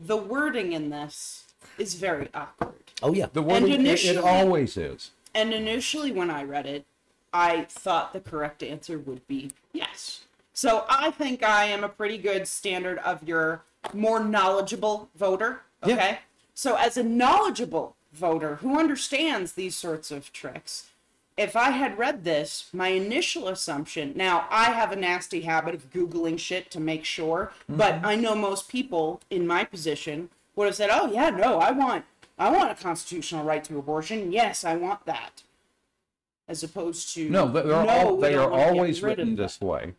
[SPEAKER 1] the wording in this is very awkward.
[SPEAKER 2] Oh yeah.
[SPEAKER 3] the word it- it,
[SPEAKER 1] initially-
[SPEAKER 3] always is.
[SPEAKER 1] And initially, when I read it, I thought the correct answer would be yes. So I think I am a pretty good standard of your more knowledgeable voter. Okay.
[SPEAKER 3] Yeah.
[SPEAKER 1] So, as a knowledgeable voter who understands these sorts of tricks, if I had read this, my initial assumption now I have a nasty habit of Googling shit to make sure,
[SPEAKER 3] Mm-hmm.
[SPEAKER 1] but I know most people in my position would have said, Oh, yeah, no, I want. I want a constitutional right to abortion. Yes, I want that. As opposed to
[SPEAKER 3] No, they- they're all,
[SPEAKER 1] we
[SPEAKER 3] they
[SPEAKER 1] don't
[SPEAKER 3] are
[SPEAKER 1] wanna get
[SPEAKER 3] always
[SPEAKER 1] rid of
[SPEAKER 3] written
[SPEAKER 1] that."
[SPEAKER 3] this way,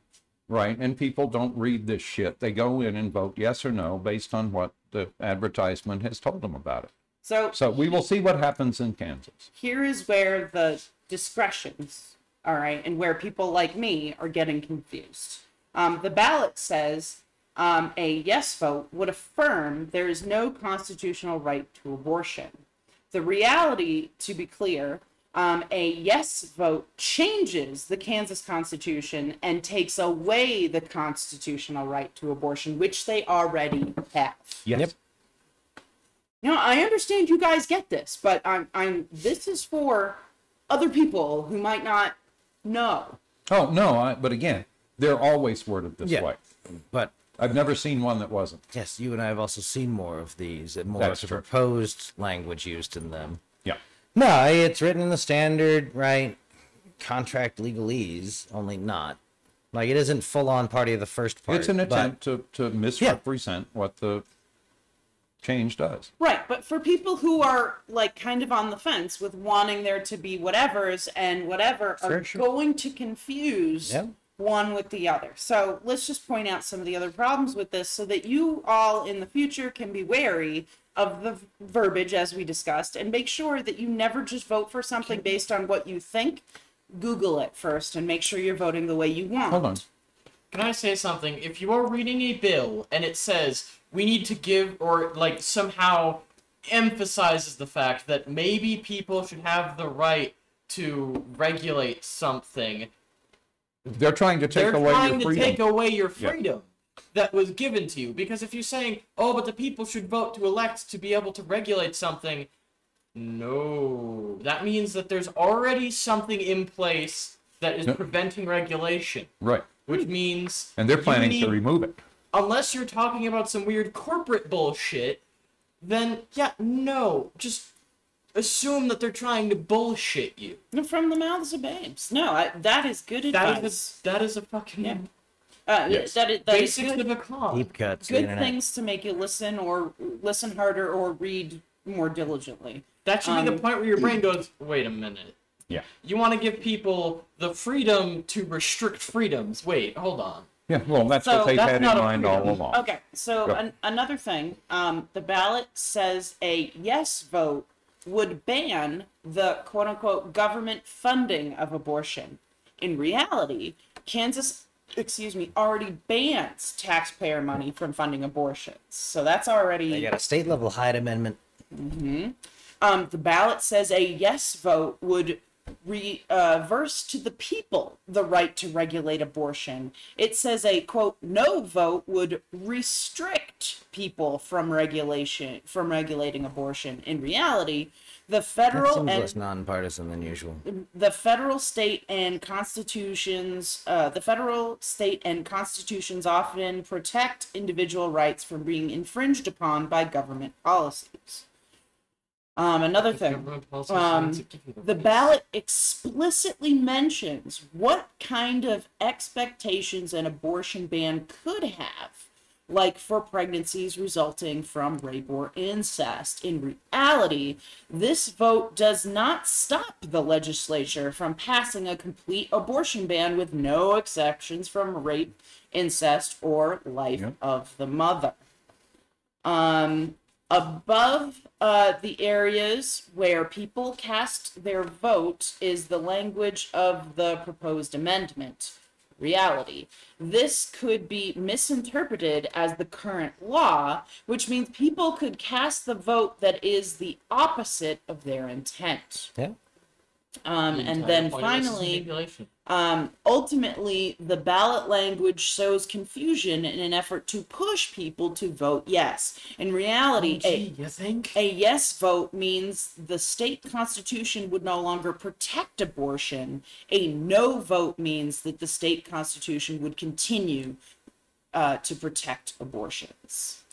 [SPEAKER 3] right? And people don't read this shit. They go in and vote yes or no based on what the advertisement has told them about it.
[SPEAKER 1] So
[SPEAKER 3] So we will see what happens in Kansas.
[SPEAKER 1] here is where the discretions, all right, and where people like me are getting confused. Um, the ballot says um, a yes vote would affirm there is no constitutional right to abortion. The reality, to be clear, um, a yes vote changes the Kansas Constitution and takes away the constitutional right to abortion, which they already have.
[SPEAKER 3] Yes.
[SPEAKER 2] Yep.
[SPEAKER 1] No, I understand you guys get this, but I'm I'm this is for other people who might not know.
[SPEAKER 3] Oh no, I, but again, they're always worded this
[SPEAKER 2] Yeah.
[SPEAKER 3] way.
[SPEAKER 2] But
[SPEAKER 3] I've never seen one that wasn't.
[SPEAKER 2] yes, you and I have also seen more of these and more
[SPEAKER 3] That's
[SPEAKER 2] of the
[SPEAKER 3] true.
[SPEAKER 2] proposed language used in them.
[SPEAKER 3] Yeah.
[SPEAKER 2] No, I- it's written in the standard, right? Contract legalese, only not. Like it isn't full on party of the first part.
[SPEAKER 3] It's an
[SPEAKER 2] but-
[SPEAKER 3] attempt to, to misrepresent what the change does.
[SPEAKER 1] Right, but for people who are like kind of on the fence with wanting there to be whatever's and whatever are
[SPEAKER 2] Sure, sure.
[SPEAKER 1] going to confuse
[SPEAKER 2] Yeah.
[SPEAKER 1] one with the other. So let's just point out some of the other problems with this so that you all in the future can be wary of the v- verbiage as we discussed and make sure that you never just vote for something based on what you think. Google it first and make sure you're voting the way you want.
[SPEAKER 3] Hold on.
[SPEAKER 4] Can I say something? If you are reading a bill and it says we need to give or like somehow emphasizes the fact that maybe people should have the right to regulate something,
[SPEAKER 3] They're trying to take
[SPEAKER 4] they're
[SPEAKER 3] away
[SPEAKER 4] trying
[SPEAKER 3] your
[SPEAKER 4] to
[SPEAKER 3] freedom.
[SPEAKER 4] take away your
[SPEAKER 3] Yeah.
[SPEAKER 4] freedom that was given to you. Because if you're saying, "Oh, but the people should vote to elect to be able to regulate something," no, that means that there's already something in place that is
[SPEAKER 3] No.
[SPEAKER 4] preventing regulation,
[SPEAKER 3] right.
[SPEAKER 4] which means
[SPEAKER 3] And they're
[SPEAKER 4] you
[SPEAKER 3] planning
[SPEAKER 4] need-
[SPEAKER 3] to remove it.
[SPEAKER 4] unless you're talking about some weird corporate bullshit, then yeah, no, just assume that they're trying to bullshit you.
[SPEAKER 1] No, From the mouths of babes. No, I, that is good
[SPEAKER 4] That
[SPEAKER 1] advice.
[SPEAKER 4] is a, that is a fucking
[SPEAKER 1] Yeah. uh,
[SPEAKER 3] Yes.
[SPEAKER 1] That is, that is
[SPEAKER 4] basics
[SPEAKER 1] good,
[SPEAKER 4] of a con.
[SPEAKER 2] deep cuts. to the
[SPEAKER 1] good
[SPEAKER 2] internet.
[SPEAKER 1] things to make you listen or listen harder or read more diligently.
[SPEAKER 4] That should be
[SPEAKER 1] Um,
[SPEAKER 4] the point where your brain goes, wait a minute.
[SPEAKER 3] Yeah.
[SPEAKER 4] You want to give people the freedom to restrict freedoms. Wait, hold on.
[SPEAKER 3] Yeah. Well, that's
[SPEAKER 1] So
[SPEAKER 3] what they've
[SPEAKER 4] that's
[SPEAKER 3] had in
[SPEAKER 4] not a
[SPEAKER 3] mind all
[SPEAKER 4] freedom.
[SPEAKER 3] along.
[SPEAKER 1] Okay, so
[SPEAKER 3] Go.
[SPEAKER 1] an, another thing, um, the ballot says a yes vote would ban the quote unquote government funding of abortion. In reality, Kansas, excuse me, already bans taxpayer money from funding abortions. So that's already.
[SPEAKER 2] They got a state level Hyde Amendment.
[SPEAKER 1] Um, the ballot says a yes vote would reverse to the people the right to regulate abortion. It says a quote no vote would restrict people from regulation from regulating abortion. In reality, the
[SPEAKER 2] That
[SPEAKER 1] federal
[SPEAKER 2] seems
[SPEAKER 1] and
[SPEAKER 2] less nonpartisan than usual.
[SPEAKER 1] the federal, state, and constitutions, uh, the federal, state, and constitutions often protect individual rights from being infringed upon by government policies. Um, another thing,
[SPEAKER 4] Government policy
[SPEAKER 1] um,
[SPEAKER 4] is to give you
[SPEAKER 1] the
[SPEAKER 4] right.
[SPEAKER 1] ballot explicitly mentions what kind of expectations an abortion ban could have, like for pregnancies resulting from rape or incest. In reality, this vote does not stop the legislature from passing a complete abortion ban with no exceptions from rape, incest, or life
[SPEAKER 3] Yeah.
[SPEAKER 1] of the mother. Um, above uh, the areas where people cast their vote is the language of the proposed amendment. reality. This could be misinterpreted as the current law, which means people could cast the vote that is the opposite of their intent.
[SPEAKER 2] Yeah.
[SPEAKER 1] Um,
[SPEAKER 4] The
[SPEAKER 1] and
[SPEAKER 4] entire
[SPEAKER 1] then
[SPEAKER 4] point of this is
[SPEAKER 1] finally,
[SPEAKER 4] manipulation.
[SPEAKER 1] um, ultimately, the ballot language sows confusion in an effort to push people to vote yes. In reality,
[SPEAKER 4] Oh,
[SPEAKER 1] a,
[SPEAKER 4] gee, you think?
[SPEAKER 1] a yes vote means the state constitution would no longer protect abortion. A no vote means that the state constitution would continue uh, to protect abortions.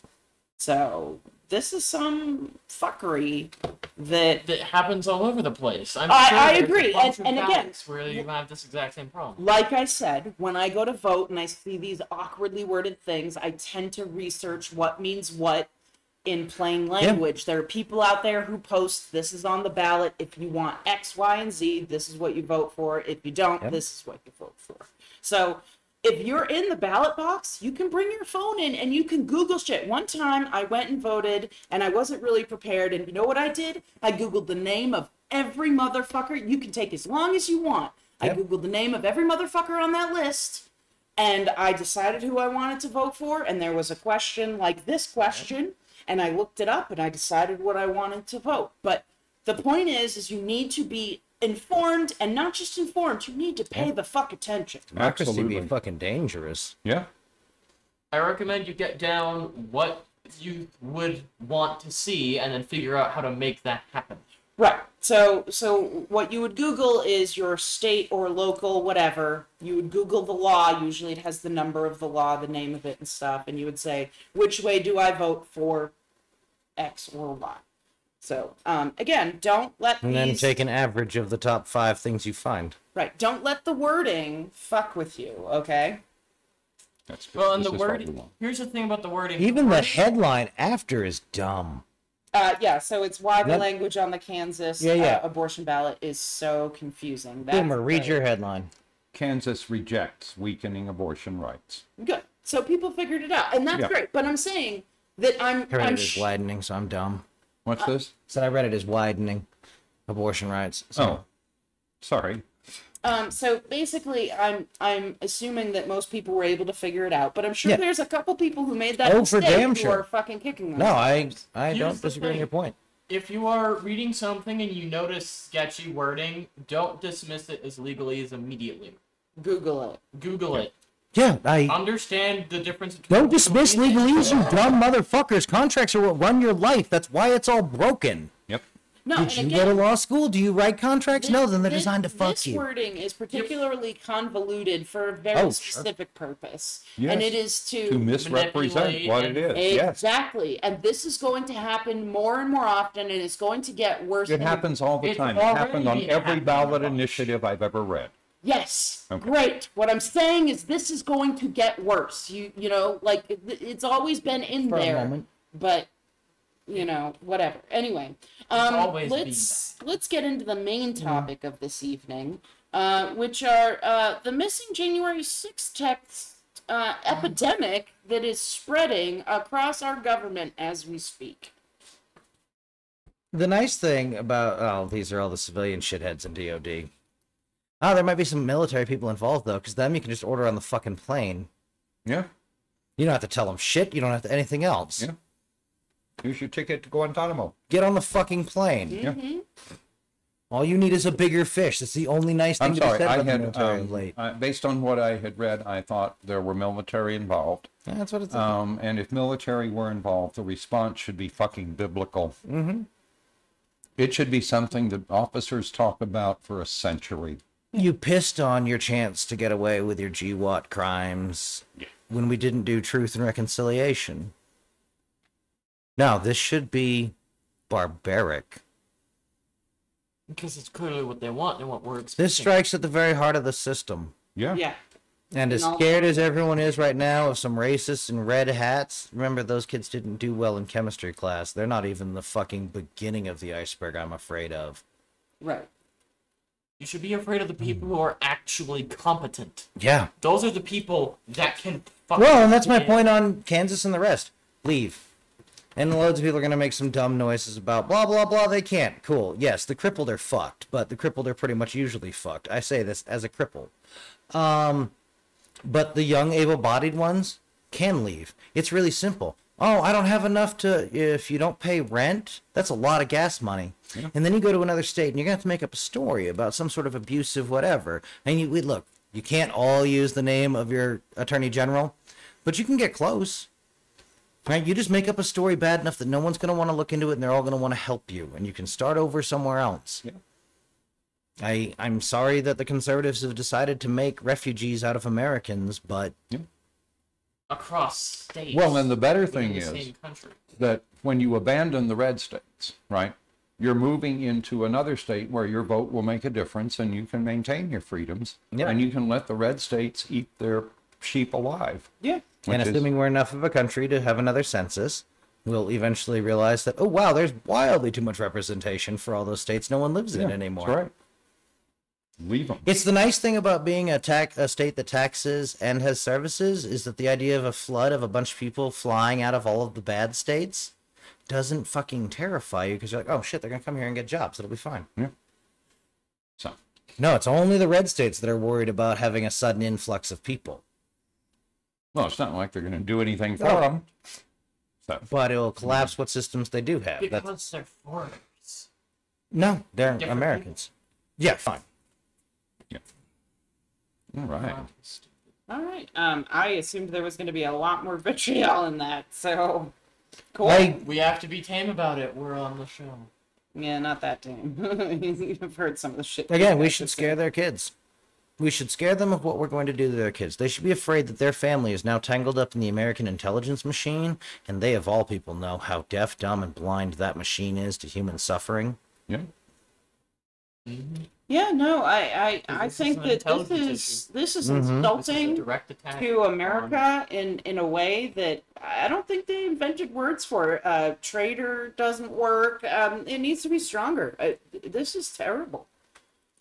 [SPEAKER 1] So this is some fuckery that
[SPEAKER 4] that happens all over the place. I'm
[SPEAKER 1] I-
[SPEAKER 4] sure
[SPEAKER 1] I
[SPEAKER 4] there's a
[SPEAKER 1] agree,
[SPEAKER 4] bunch
[SPEAKER 1] and-
[SPEAKER 4] of
[SPEAKER 1] and again,
[SPEAKER 4] ballots where you have this exact same problem.
[SPEAKER 1] like I said, when I go to vote and I see these awkwardly worded things, I tend to research what means what in plain language. There are people out there who post this is on the ballot. If you want X, Y, and Z, this is what you vote for. If you don't,
[SPEAKER 2] Yeah.
[SPEAKER 1] this is what you vote for. So if you're in the ballot box, you can bring your phone in and you can Google shit. One time I went and voted and I wasn't really prepared. And you know what I did? I Googled the name of every motherfucker. You can take as long as you want. I
[SPEAKER 2] Yep.
[SPEAKER 1] Googled the name of every motherfucker on that list and I decided who I wanted to vote for, and there was a question like this question, and I looked it up and I decided what I wanted to vote. But the point is, is you need to be informed, and not just informed. You need to pay the fuck attention.
[SPEAKER 2] Democracy
[SPEAKER 3] Absolutely.
[SPEAKER 2] be fucking dangerous.
[SPEAKER 3] Yeah.
[SPEAKER 4] I recommend you get down what you would want to see and then figure out how to make that happen.
[SPEAKER 1] Right. So, so what you would Google is your state or local, whatever. You would Google the law. Usually, it has the number of the law, the name of it, and stuff. And you would say, which way do I vote for X or Y? So, um, again, don't let
[SPEAKER 2] And then
[SPEAKER 1] these-
[SPEAKER 2] take an average of the top five things you find.
[SPEAKER 1] Right. Don't let the wording fuck with you, okay?
[SPEAKER 3] That's good.
[SPEAKER 4] Well, and
[SPEAKER 3] This
[SPEAKER 4] the
[SPEAKER 3] is what we
[SPEAKER 4] wording.
[SPEAKER 3] want.
[SPEAKER 4] Here's the thing about the wording.
[SPEAKER 2] Even the headline after is dumb.
[SPEAKER 1] Uh, yeah, so it's why the
[SPEAKER 2] Yep.
[SPEAKER 1] language on the Kansas
[SPEAKER 2] Yeah, yeah.
[SPEAKER 1] Uh, abortion ballot is so confusing. That's
[SPEAKER 2] Boomer, read
[SPEAKER 1] the-
[SPEAKER 2] your headline.
[SPEAKER 3] Kansas rejects weakening abortion rights.
[SPEAKER 1] Good. So people figured it out, and that's
[SPEAKER 3] Yeah.
[SPEAKER 1] great. But I'm saying that I'm,
[SPEAKER 2] I read
[SPEAKER 1] I'm
[SPEAKER 2] it as
[SPEAKER 1] sh-
[SPEAKER 2] widening, so I'm dumb.
[SPEAKER 4] Uh,
[SPEAKER 3] What's this?
[SPEAKER 2] Said I read it as widening abortion rights.
[SPEAKER 3] Oh,
[SPEAKER 2] So
[SPEAKER 3] sorry.
[SPEAKER 1] Um, so basically, I'm I'm assuming that most people were able to figure it out, but I'm sure
[SPEAKER 2] Yeah.
[SPEAKER 1] there's a couple people who made that
[SPEAKER 2] Oh, for
[SPEAKER 1] mistake
[SPEAKER 2] damn
[SPEAKER 1] who
[SPEAKER 2] sure.
[SPEAKER 1] are fucking kicking them.
[SPEAKER 2] no, I I
[SPEAKER 4] Here's
[SPEAKER 2] don't
[SPEAKER 4] the
[SPEAKER 2] disagree on
[SPEAKER 4] thing.
[SPEAKER 2] your point.
[SPEAKER 4] If you are reading something and you notice sketchy wording, don't dismiss it as legalese immediately.
[SPEAKER 1] Google it.
[SPEAKER 4] Google it.
[SPEAKER 2] Yeah, I
[SPEAKER 4] Understand the difference between.
[SPEAKER 2] don't dismiss legalese, you
[SPEAKER 4] and-
[SPEAKER 2] dumb motherfuckers. Contracts are what run your life. That's why it's all broken.
[SPEAKER 3] Yep.
[SPEAKER 1] No,
[SPEAKER 2] Did you
[SPEAKER 1] and
[SPEAKER 2] go
[SPEAKER 1] again,
[SPEAKER 2] to law school? Do you write contracts? No,
[SPEAKER 1] Thi-
[SPEAKER 2] then they're
[SPEAKER 1] thi-
[SPEAKER 2] designed to fuck
[SPEAKER 1] this
[SPEAKER 2] you.
[SPEAKER 1] wording is particularly convoluted for a very
[SPEAKER 2] Oh, sure.
[SPEAKER 1] specific purpose,
[SPEAKER 3] Yes.
[SPEAKER 1] and it is to,
[SPEAKER 3] To misrepresent
[SPEAKER 4] Manipulate
[SPEAKER 3] what it
[SPEAKER 4] and-
[SPEAKER 3] is. Yes.
[SPEAKER 1] exactly. And this is going to happen more and more often, and it's going to get worse.
[SPEAKER 3] It
[SPEAKER 1] and-
[SPEAKER 3] happens all the
[SPEAKER 4] It's
[SPEAKER 3] time. It happened on
[SPEAKER 4] already
[SPEAKER 3] every
[SPEAKER 4] happening.
[SPEAKER 3] ballot initiative I've ever read.
[SPEAKER 1] Yes,
[SPEAKER 3] Okay.
[SPEAKER 1] great. What I'm saying is this is going to get worse. You you know, like it, it's always been in
[SPEAKER 2] For a
[SPEAKER 1] there,
[SPEAKER 2] moment.
[SPEAKER 1] but you know, whatever. Anyway, um,
[SPEAKER 4] always been
[SPEAKER 1] let's let's get into the main
[SPEAKER 2] Mm-hmm.
[SPEAKER 1] topic of this evening, uh, which are uh, the missing January 6th text uh, epidemic that is spreading across our government as we speak.
[SPEAKER 2] The nice thing about oh, these are all the civilian shitheads in DOD. Ah, there might be some military people involved though, because them you can just order on the fucking plane.
[SPEAKER 3] Yeah.
[SPEAKER 2] You don't have to tell them shit. You don't have to anything else.
[SPEAKER 3] Yeah. Here's your ticket to Guantanamo.
[SPEAKER 2] Get on the fucking plane.
[SPEAKER 3] Yeah.
[SPEAKER 2] All you need is a bigger fish. That's the only nice thing
[SPEAKER 3] I'm
[SPEAKER 2] to be
[SPEAKER 3] sorry.
[SPEAKER 2] said
[SPEAKER 3] I
[SPEAKER 2] about the
[SPEAKER 3] had,
[SPEAKER 2] military of
[SPEAKER 3] um,
[SPEAKER 2] late.
[SPEAKER 3] uh, based on what I had read, I thought there were military involved.
[SPEAKER 2] That's what it's.
[SPEAKER 3] Um, and if military were involved, the response should be fucking biblical. Mm-hmm. It should be something that officers talk about for a century.
[SPEAKER 2] you pissed on your chance to get away with your GWAT crimes when we didn't do truth and reconciliation. Now this should be barbaric.
[SPEAKER 4] Because it's clearly what they want and what we're expecting.
[SPEAKER 2] This strikes at the very heart of the system.
[SPEAKER 3] Yeah.
[SPEAKER 1] Yeah.
[SPEAKER 2] And as
[SPEAKER 1] And all-
[SPEAKER 2] scared as everyone is right now of some racists in red hats, remember those kids didn't do well in chemistry class. They're not even the fucking beginning of the iceberg I'm afraid of.
[SPEAKER 1] Right.
[SPEAKER 4] You should be afraid of the people who are actually competent.
[SPEAKER 2] Yeah.
[SPEAKER 4] Those are the people that can fuck.
[SPEAKER 2] Well, and that's my point on Kansas and the rest. Leave. And loads of people are going to make some dumb noises about blah, blah, blah. They can't. Cool. Yes, the crippled are fucked, but the crippled are pretty much usually fucked. I say this as a cripple. Um, But the young able-bodied ones can leave. It's really simple. Oh, I don't have enough to if you don't pay rent, that's a lot of gas money. And then you go to another state and you're going to have to make up a story about some sort of abusive whatever. And you we look, you can't all use the name of your attorney general, but you can get close. Right? You just make up a story bad enough that no one's going to want to look into it and they're all going to want to help you and you can start over somewhere else.
[SPEAKER 3] Yeah.
[SPEAKER 2] I I'm sorry that the conservatives have decided to make refugees out of Americans, but
[SPEAKER 4] across states.
[SPEAKER 3] Well, and the better
[SPEAKER 4] within
[SPEAKER 3] thing
[SPEAKER 4] the
[SPEAKER 3] is
[SPEAKER 4] same country.
[SPEAKER 3] that when you abandon the red states, right, you're moving into another state where your vote will make a difference and you can maintain your freedoms
[SPEAKER 2] Yeah.
[SPEAKER 3] and you can let the red states eat their sheep alive.
[SPEAKER 2] yeah.
[SPEAKER 3] Which
[SPEAKER 2] And
[SPEAKER 3] is-
[SPEAKER 2] assuming we're enough of a country to have another census, we'll eventually realize that oh wow, there's wildly too much representation for all those states no one lives in
[SPEAKER 3] Yeah,
[SPEAKER 2] anymore.
[SPEAKER 3] That's right. Leave them.
[SPEAKER 2] It's the nice thing about being a tax a state that taxes and has services is that the idea of a flood of a bunch of people flying out of all of the bad states doesn't fucking terrify you because you're like, oh shit, they're gonna come here and get jobs. It'll be fine.
[SPEAKER 3] So,
[SPEAKER 2] No, it's only the red states that are worried about having a sudden influx of people.
[SPEAKER 3] well, it's not like they're going to do anything for
[SPEAKER 2] No.
[SPEAKER 3] them. So,
[SPEAKER 2] But it'll collapse what systems they do have.
[SPEAKER 4] Because
[SPEAKER 2] That's,
[SPEAKER 4] they're foreigners.
[SPEAKER 2] no, they're
[SPEAKER 4] Different
[SPEAKER 2] Americans. Yeah, fine.
[SPEAKER 3] all right.
[SPEAKER 1] All right. Um, I assumed there was going to be a lot more vitriol in that, so cool.
[SPEAKER 2] Like,
[SPEAKER 4] We have to be tame about it. We're on the show.
[SPEAKER 1] yeah, not that tame. You've heard some of the shit.
[SPEAKER 2] again, we should scare their kids. We should scare them of what we're going to do to their kids. They should be afraid that their family is now tangled up in the American intelligence machine, and they, of all people, know how deaf, dumb, and blind that machine is to human suffering.
[SPEAKER 3] Yeah.
[SPEAKER 1] Yeah, no, I, I,
[SPEAKER 4] This
[SPEAKER 1] I
[SPEAKER 4] is
[SPEAKER 1] think
[SPEAKER 4] an
[SPEAKER 1] that this
[SPEAKER 4] intelligence
[SPEAKER 1] is this is
[SPEAKER 2] Mhm.
[SPEAKER 4] This is a
[SPEAKER 1] insulting
[SPEAKER 4] direct attack
[SPEAKER 1] to uh,
[SPEAKER 4] on-
[SPEAKER 1] America in in a way that I don't think they invented words for. it. Uh, traitor doesn't work. Um, it needs to be stronger. Uh, this is terrible.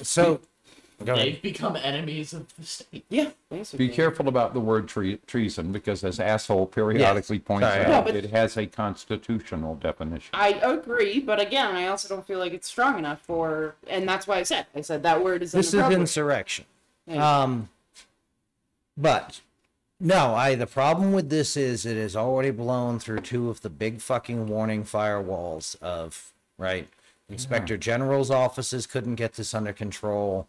[SPEAKER 2] So, go ahead.
[SPEAKER 4] They've become enemies of the state.
[SPEAKER 1] Yeah, basically.
[SPEAKER 3] Be careful about the word tre- treason because, as asshole periodically points
[SPEAKER 2] Sorry.
[SPEAKER 3] out,
[SPEAKER 1] No, but-
[SPEAKER 3] it has a constitutional definition.
[SPEAKER 1] I agree, but again, I also don't feel like it's strong enough for, and that's why I said I said that word is
[SPEAKER 2] This is
[SPEAKER 1] inappropriate.
[SPEAKER 2] insurrection.
[SPEAKER 1] Yeah.
[SPEAKER 2] Um, but no, I the problem with this is it has already blown through two of the big fucking warning firewalls of right. Inspector General's offices couldn't get this under control,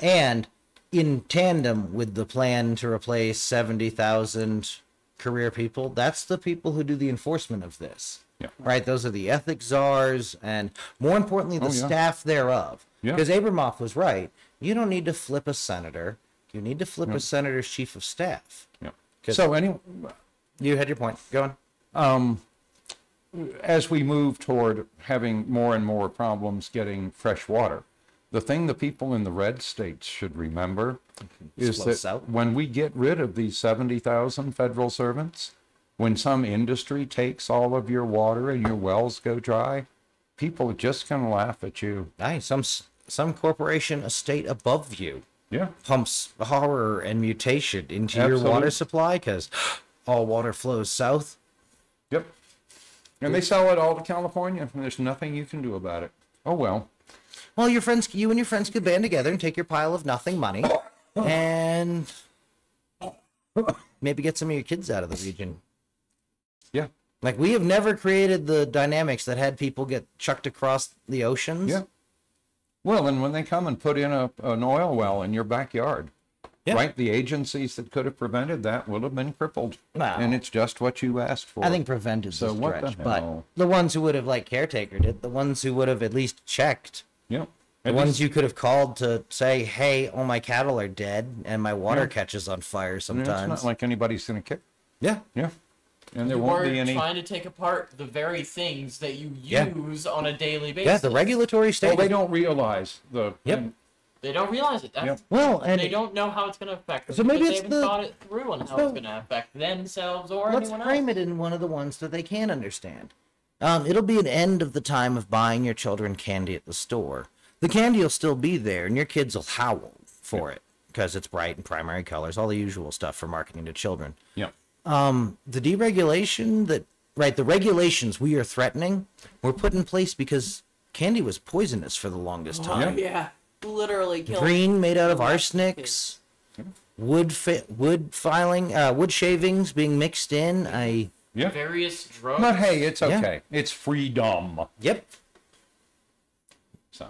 [SPEAKER 2] and in tandem with the plan to replace seventy thousand career people, that's the people who do the enforcement of this.
[SPEAKER 3] Yeah.
[SPEAKER 2] Right, those are the ethics czars, and more importantly, the
[SPEAKER 3] Oh, yeah.
[SPEAKER 2] staff thereof.
[SPEAKER 3] Yeah.
[SPEAKER 2] Because Abramoff was right. You don't need to flip a senator. You need to flip a senator's chief of staff.
[SPEAKER 3] Yeah.
[SPEAKER 2] 'Cause-
[SPEAKER 3] So, anyway,
[SPEAKER 2] You had your point. Go on.
[SPEAKER 3] um, as we move toward having more and more problems getting fresh water, the thing the people in the red states should remember is
[SPEAKER 2] Slow
[SPEAKER 3] that
[SPEAKER 2] south.
[SPEAKER 3] when we get rid of these 70,000 federal servants, when some industry takes all of your water and your wells go dry, people are just going to laugh at you.
[SPEAKER 2] Nice. Some s- some corporation, a state above you,
[SPEAKER 3] Yeah.
[SPEAKER 2] pumps horror and mutation into your
[SPEAKER 3] Absolutely.
[SPEAKER 2] water supply because all water flows south.
[SPEAKER 3] Yep. And they sell it all to California, and there's nothing you can do about it. Oh, well.
[SPEAKER 2] Well, your friends, you and your friends could band together and take your pile of nothing money, and maybe get some of your kids out of the region.
[SPEAKER 3] Yeah.
[SPEAKER 2] Like we have never created the dynamics that had people get chucked across the oceans.
[SPEAKER 3] Yeah. Well, and when they come and put in a, an oil well in your backyard,
[SPEAKER 2] Yeah.
[SPEAKER 3] right? The agencies that could have prevented that would have been crippled.
[SPEAKER 2] Wow.
[SPEAKER 3] And it's just what you asked for.
[SPEAKER 2] I think prevent is
[SPEAKER 3] So
[SPEAKER 2] a
[SPEAKER 3] what the
[SPEAKER 2] stretch, but
[SPEAKER 3] hell?
[SPEAKER 2] the ones who would have like caretakered it, the ones who would have at least checked,
[SPEAKER 3] Yeah.
[SPEAKER 2] the ones you could have called to say, "Hey, all my cattle are dead and my water catches on fire
[SPEAKER 3] it's
[SPEAKER 2] sometimes."
[SPEAKER 3] not like anybody's going to kick.
[SPEAKER 2] yeah,
[SPEAKER 3] Yeah. And there
[SPEAKER 4] you
[SPEAKER 3] won't
[SPEAKER 4] are
[SPEAKER 3] be any.
[SPEAKER 4] trying to take apart the very things that you
[SPEAKER 2] Yeah.
[SPEAKER 4] use on a daily basis.
[SPEAKER 2] yeah. The regulatory state.
[SPEAKER 3] Well, they
[SPEAKER 2] is-
[SPEAKER 3] don't realize the.
[SPEAKER 2] Yep.
[SPEAKER 3] and-
[SPEAKER 4] They don't realize it. That's,
[SPEAKER 2] Well, and
[SPEAKER 4] They don't know how it's going to affect them.
[SPEAKER 2] So maybe
[SPEAKER 4] because
[SPEAKER 2] it's
[SPEAKER 4] they
[SPEAKER 2] the-
[SPEAKER 4] haven't thought it through on how
[SPEAKER 2] So-
[SPEAKER 4] it's going to affect themselves or
[SPEAKER 2] let's
[SPEAKER 4] anyone
[SPEAKER 2] frame
[SPEAKER 4] else.
[SPEAKER 2] it in one of the ones that they can understand. Um, it'll be an end of the time of buying your children candy at the store. The candy will still be there, and your kids will howl for it because it's bright and primary colors, all the usual stuff for marketing to children.
[SPEAKER 3] Yeah.
[SPEAKER 2] Um, the deregulation that, right, the regulations we are threatening were put in place because candy was poisonous for the longest time.
[SPEAKER 3] Yeah.
[SPEAKER 1] yeah, literally killed.
[SPEAKER 2] Green made out of arsenics. wood fa- wood filing uh, wood shavings being mixed in. I
[SPEAKER 3] Yeah.
[SPEAKER 4] Various drugs.
[SPEAKER 3] But hey, it's
[SPEAKER 2] Yeah.
[SPEAKER 3] okay. It's freedom.
[SPEAKER 2] yep.
[SPEAKER 3] So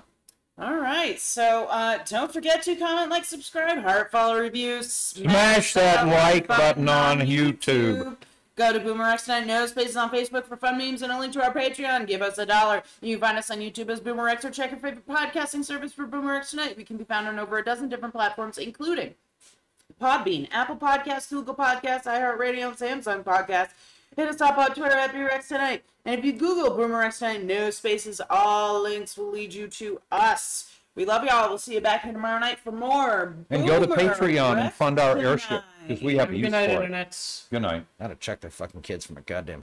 [SPEAKER 1] All right. So uh, don't forget to comment, like, subscribe, heart, follow, review,
[SPEAKER 3] Smash that like button on YouTube.
[SPEAKER 1] Go to Boomer X9 No Spaces on Facebook for fun memes and a link to our Patreon. Give us a dollar. You can find us on YouTube as Boomer X or check your favorite podcasting service for Boomer X Tonight. We can be found on over a dozen different platforms, including Podbean, Apple Podcasts, Google Podcasts, iHeartRadio, and Samsung Podcasts. Hit us up on Twitter at BRX Tonight. And if you Google Boomerang Tonight, no spaces, all links will lead you to us. We love y'all. We'll see you back here tomorrow night for more.
[SPEAKER 3] and go to
[SPEAKER 1] Boomerang
[SPEAKER 3] Patreon and fund our
[SPEAKER 1] Tonight.
[SPEAKER 3] airship because we have a
[SPEAKER 4] Good
[SPEAKER 3] use
[SPEAKER 4] night,
[SPEAKER 3] for it.
[SPEAKER 4] internets.
[SPEAKER 3] Good night.
[SPEAKER 2] Gotta check their fucking kids from a goddamn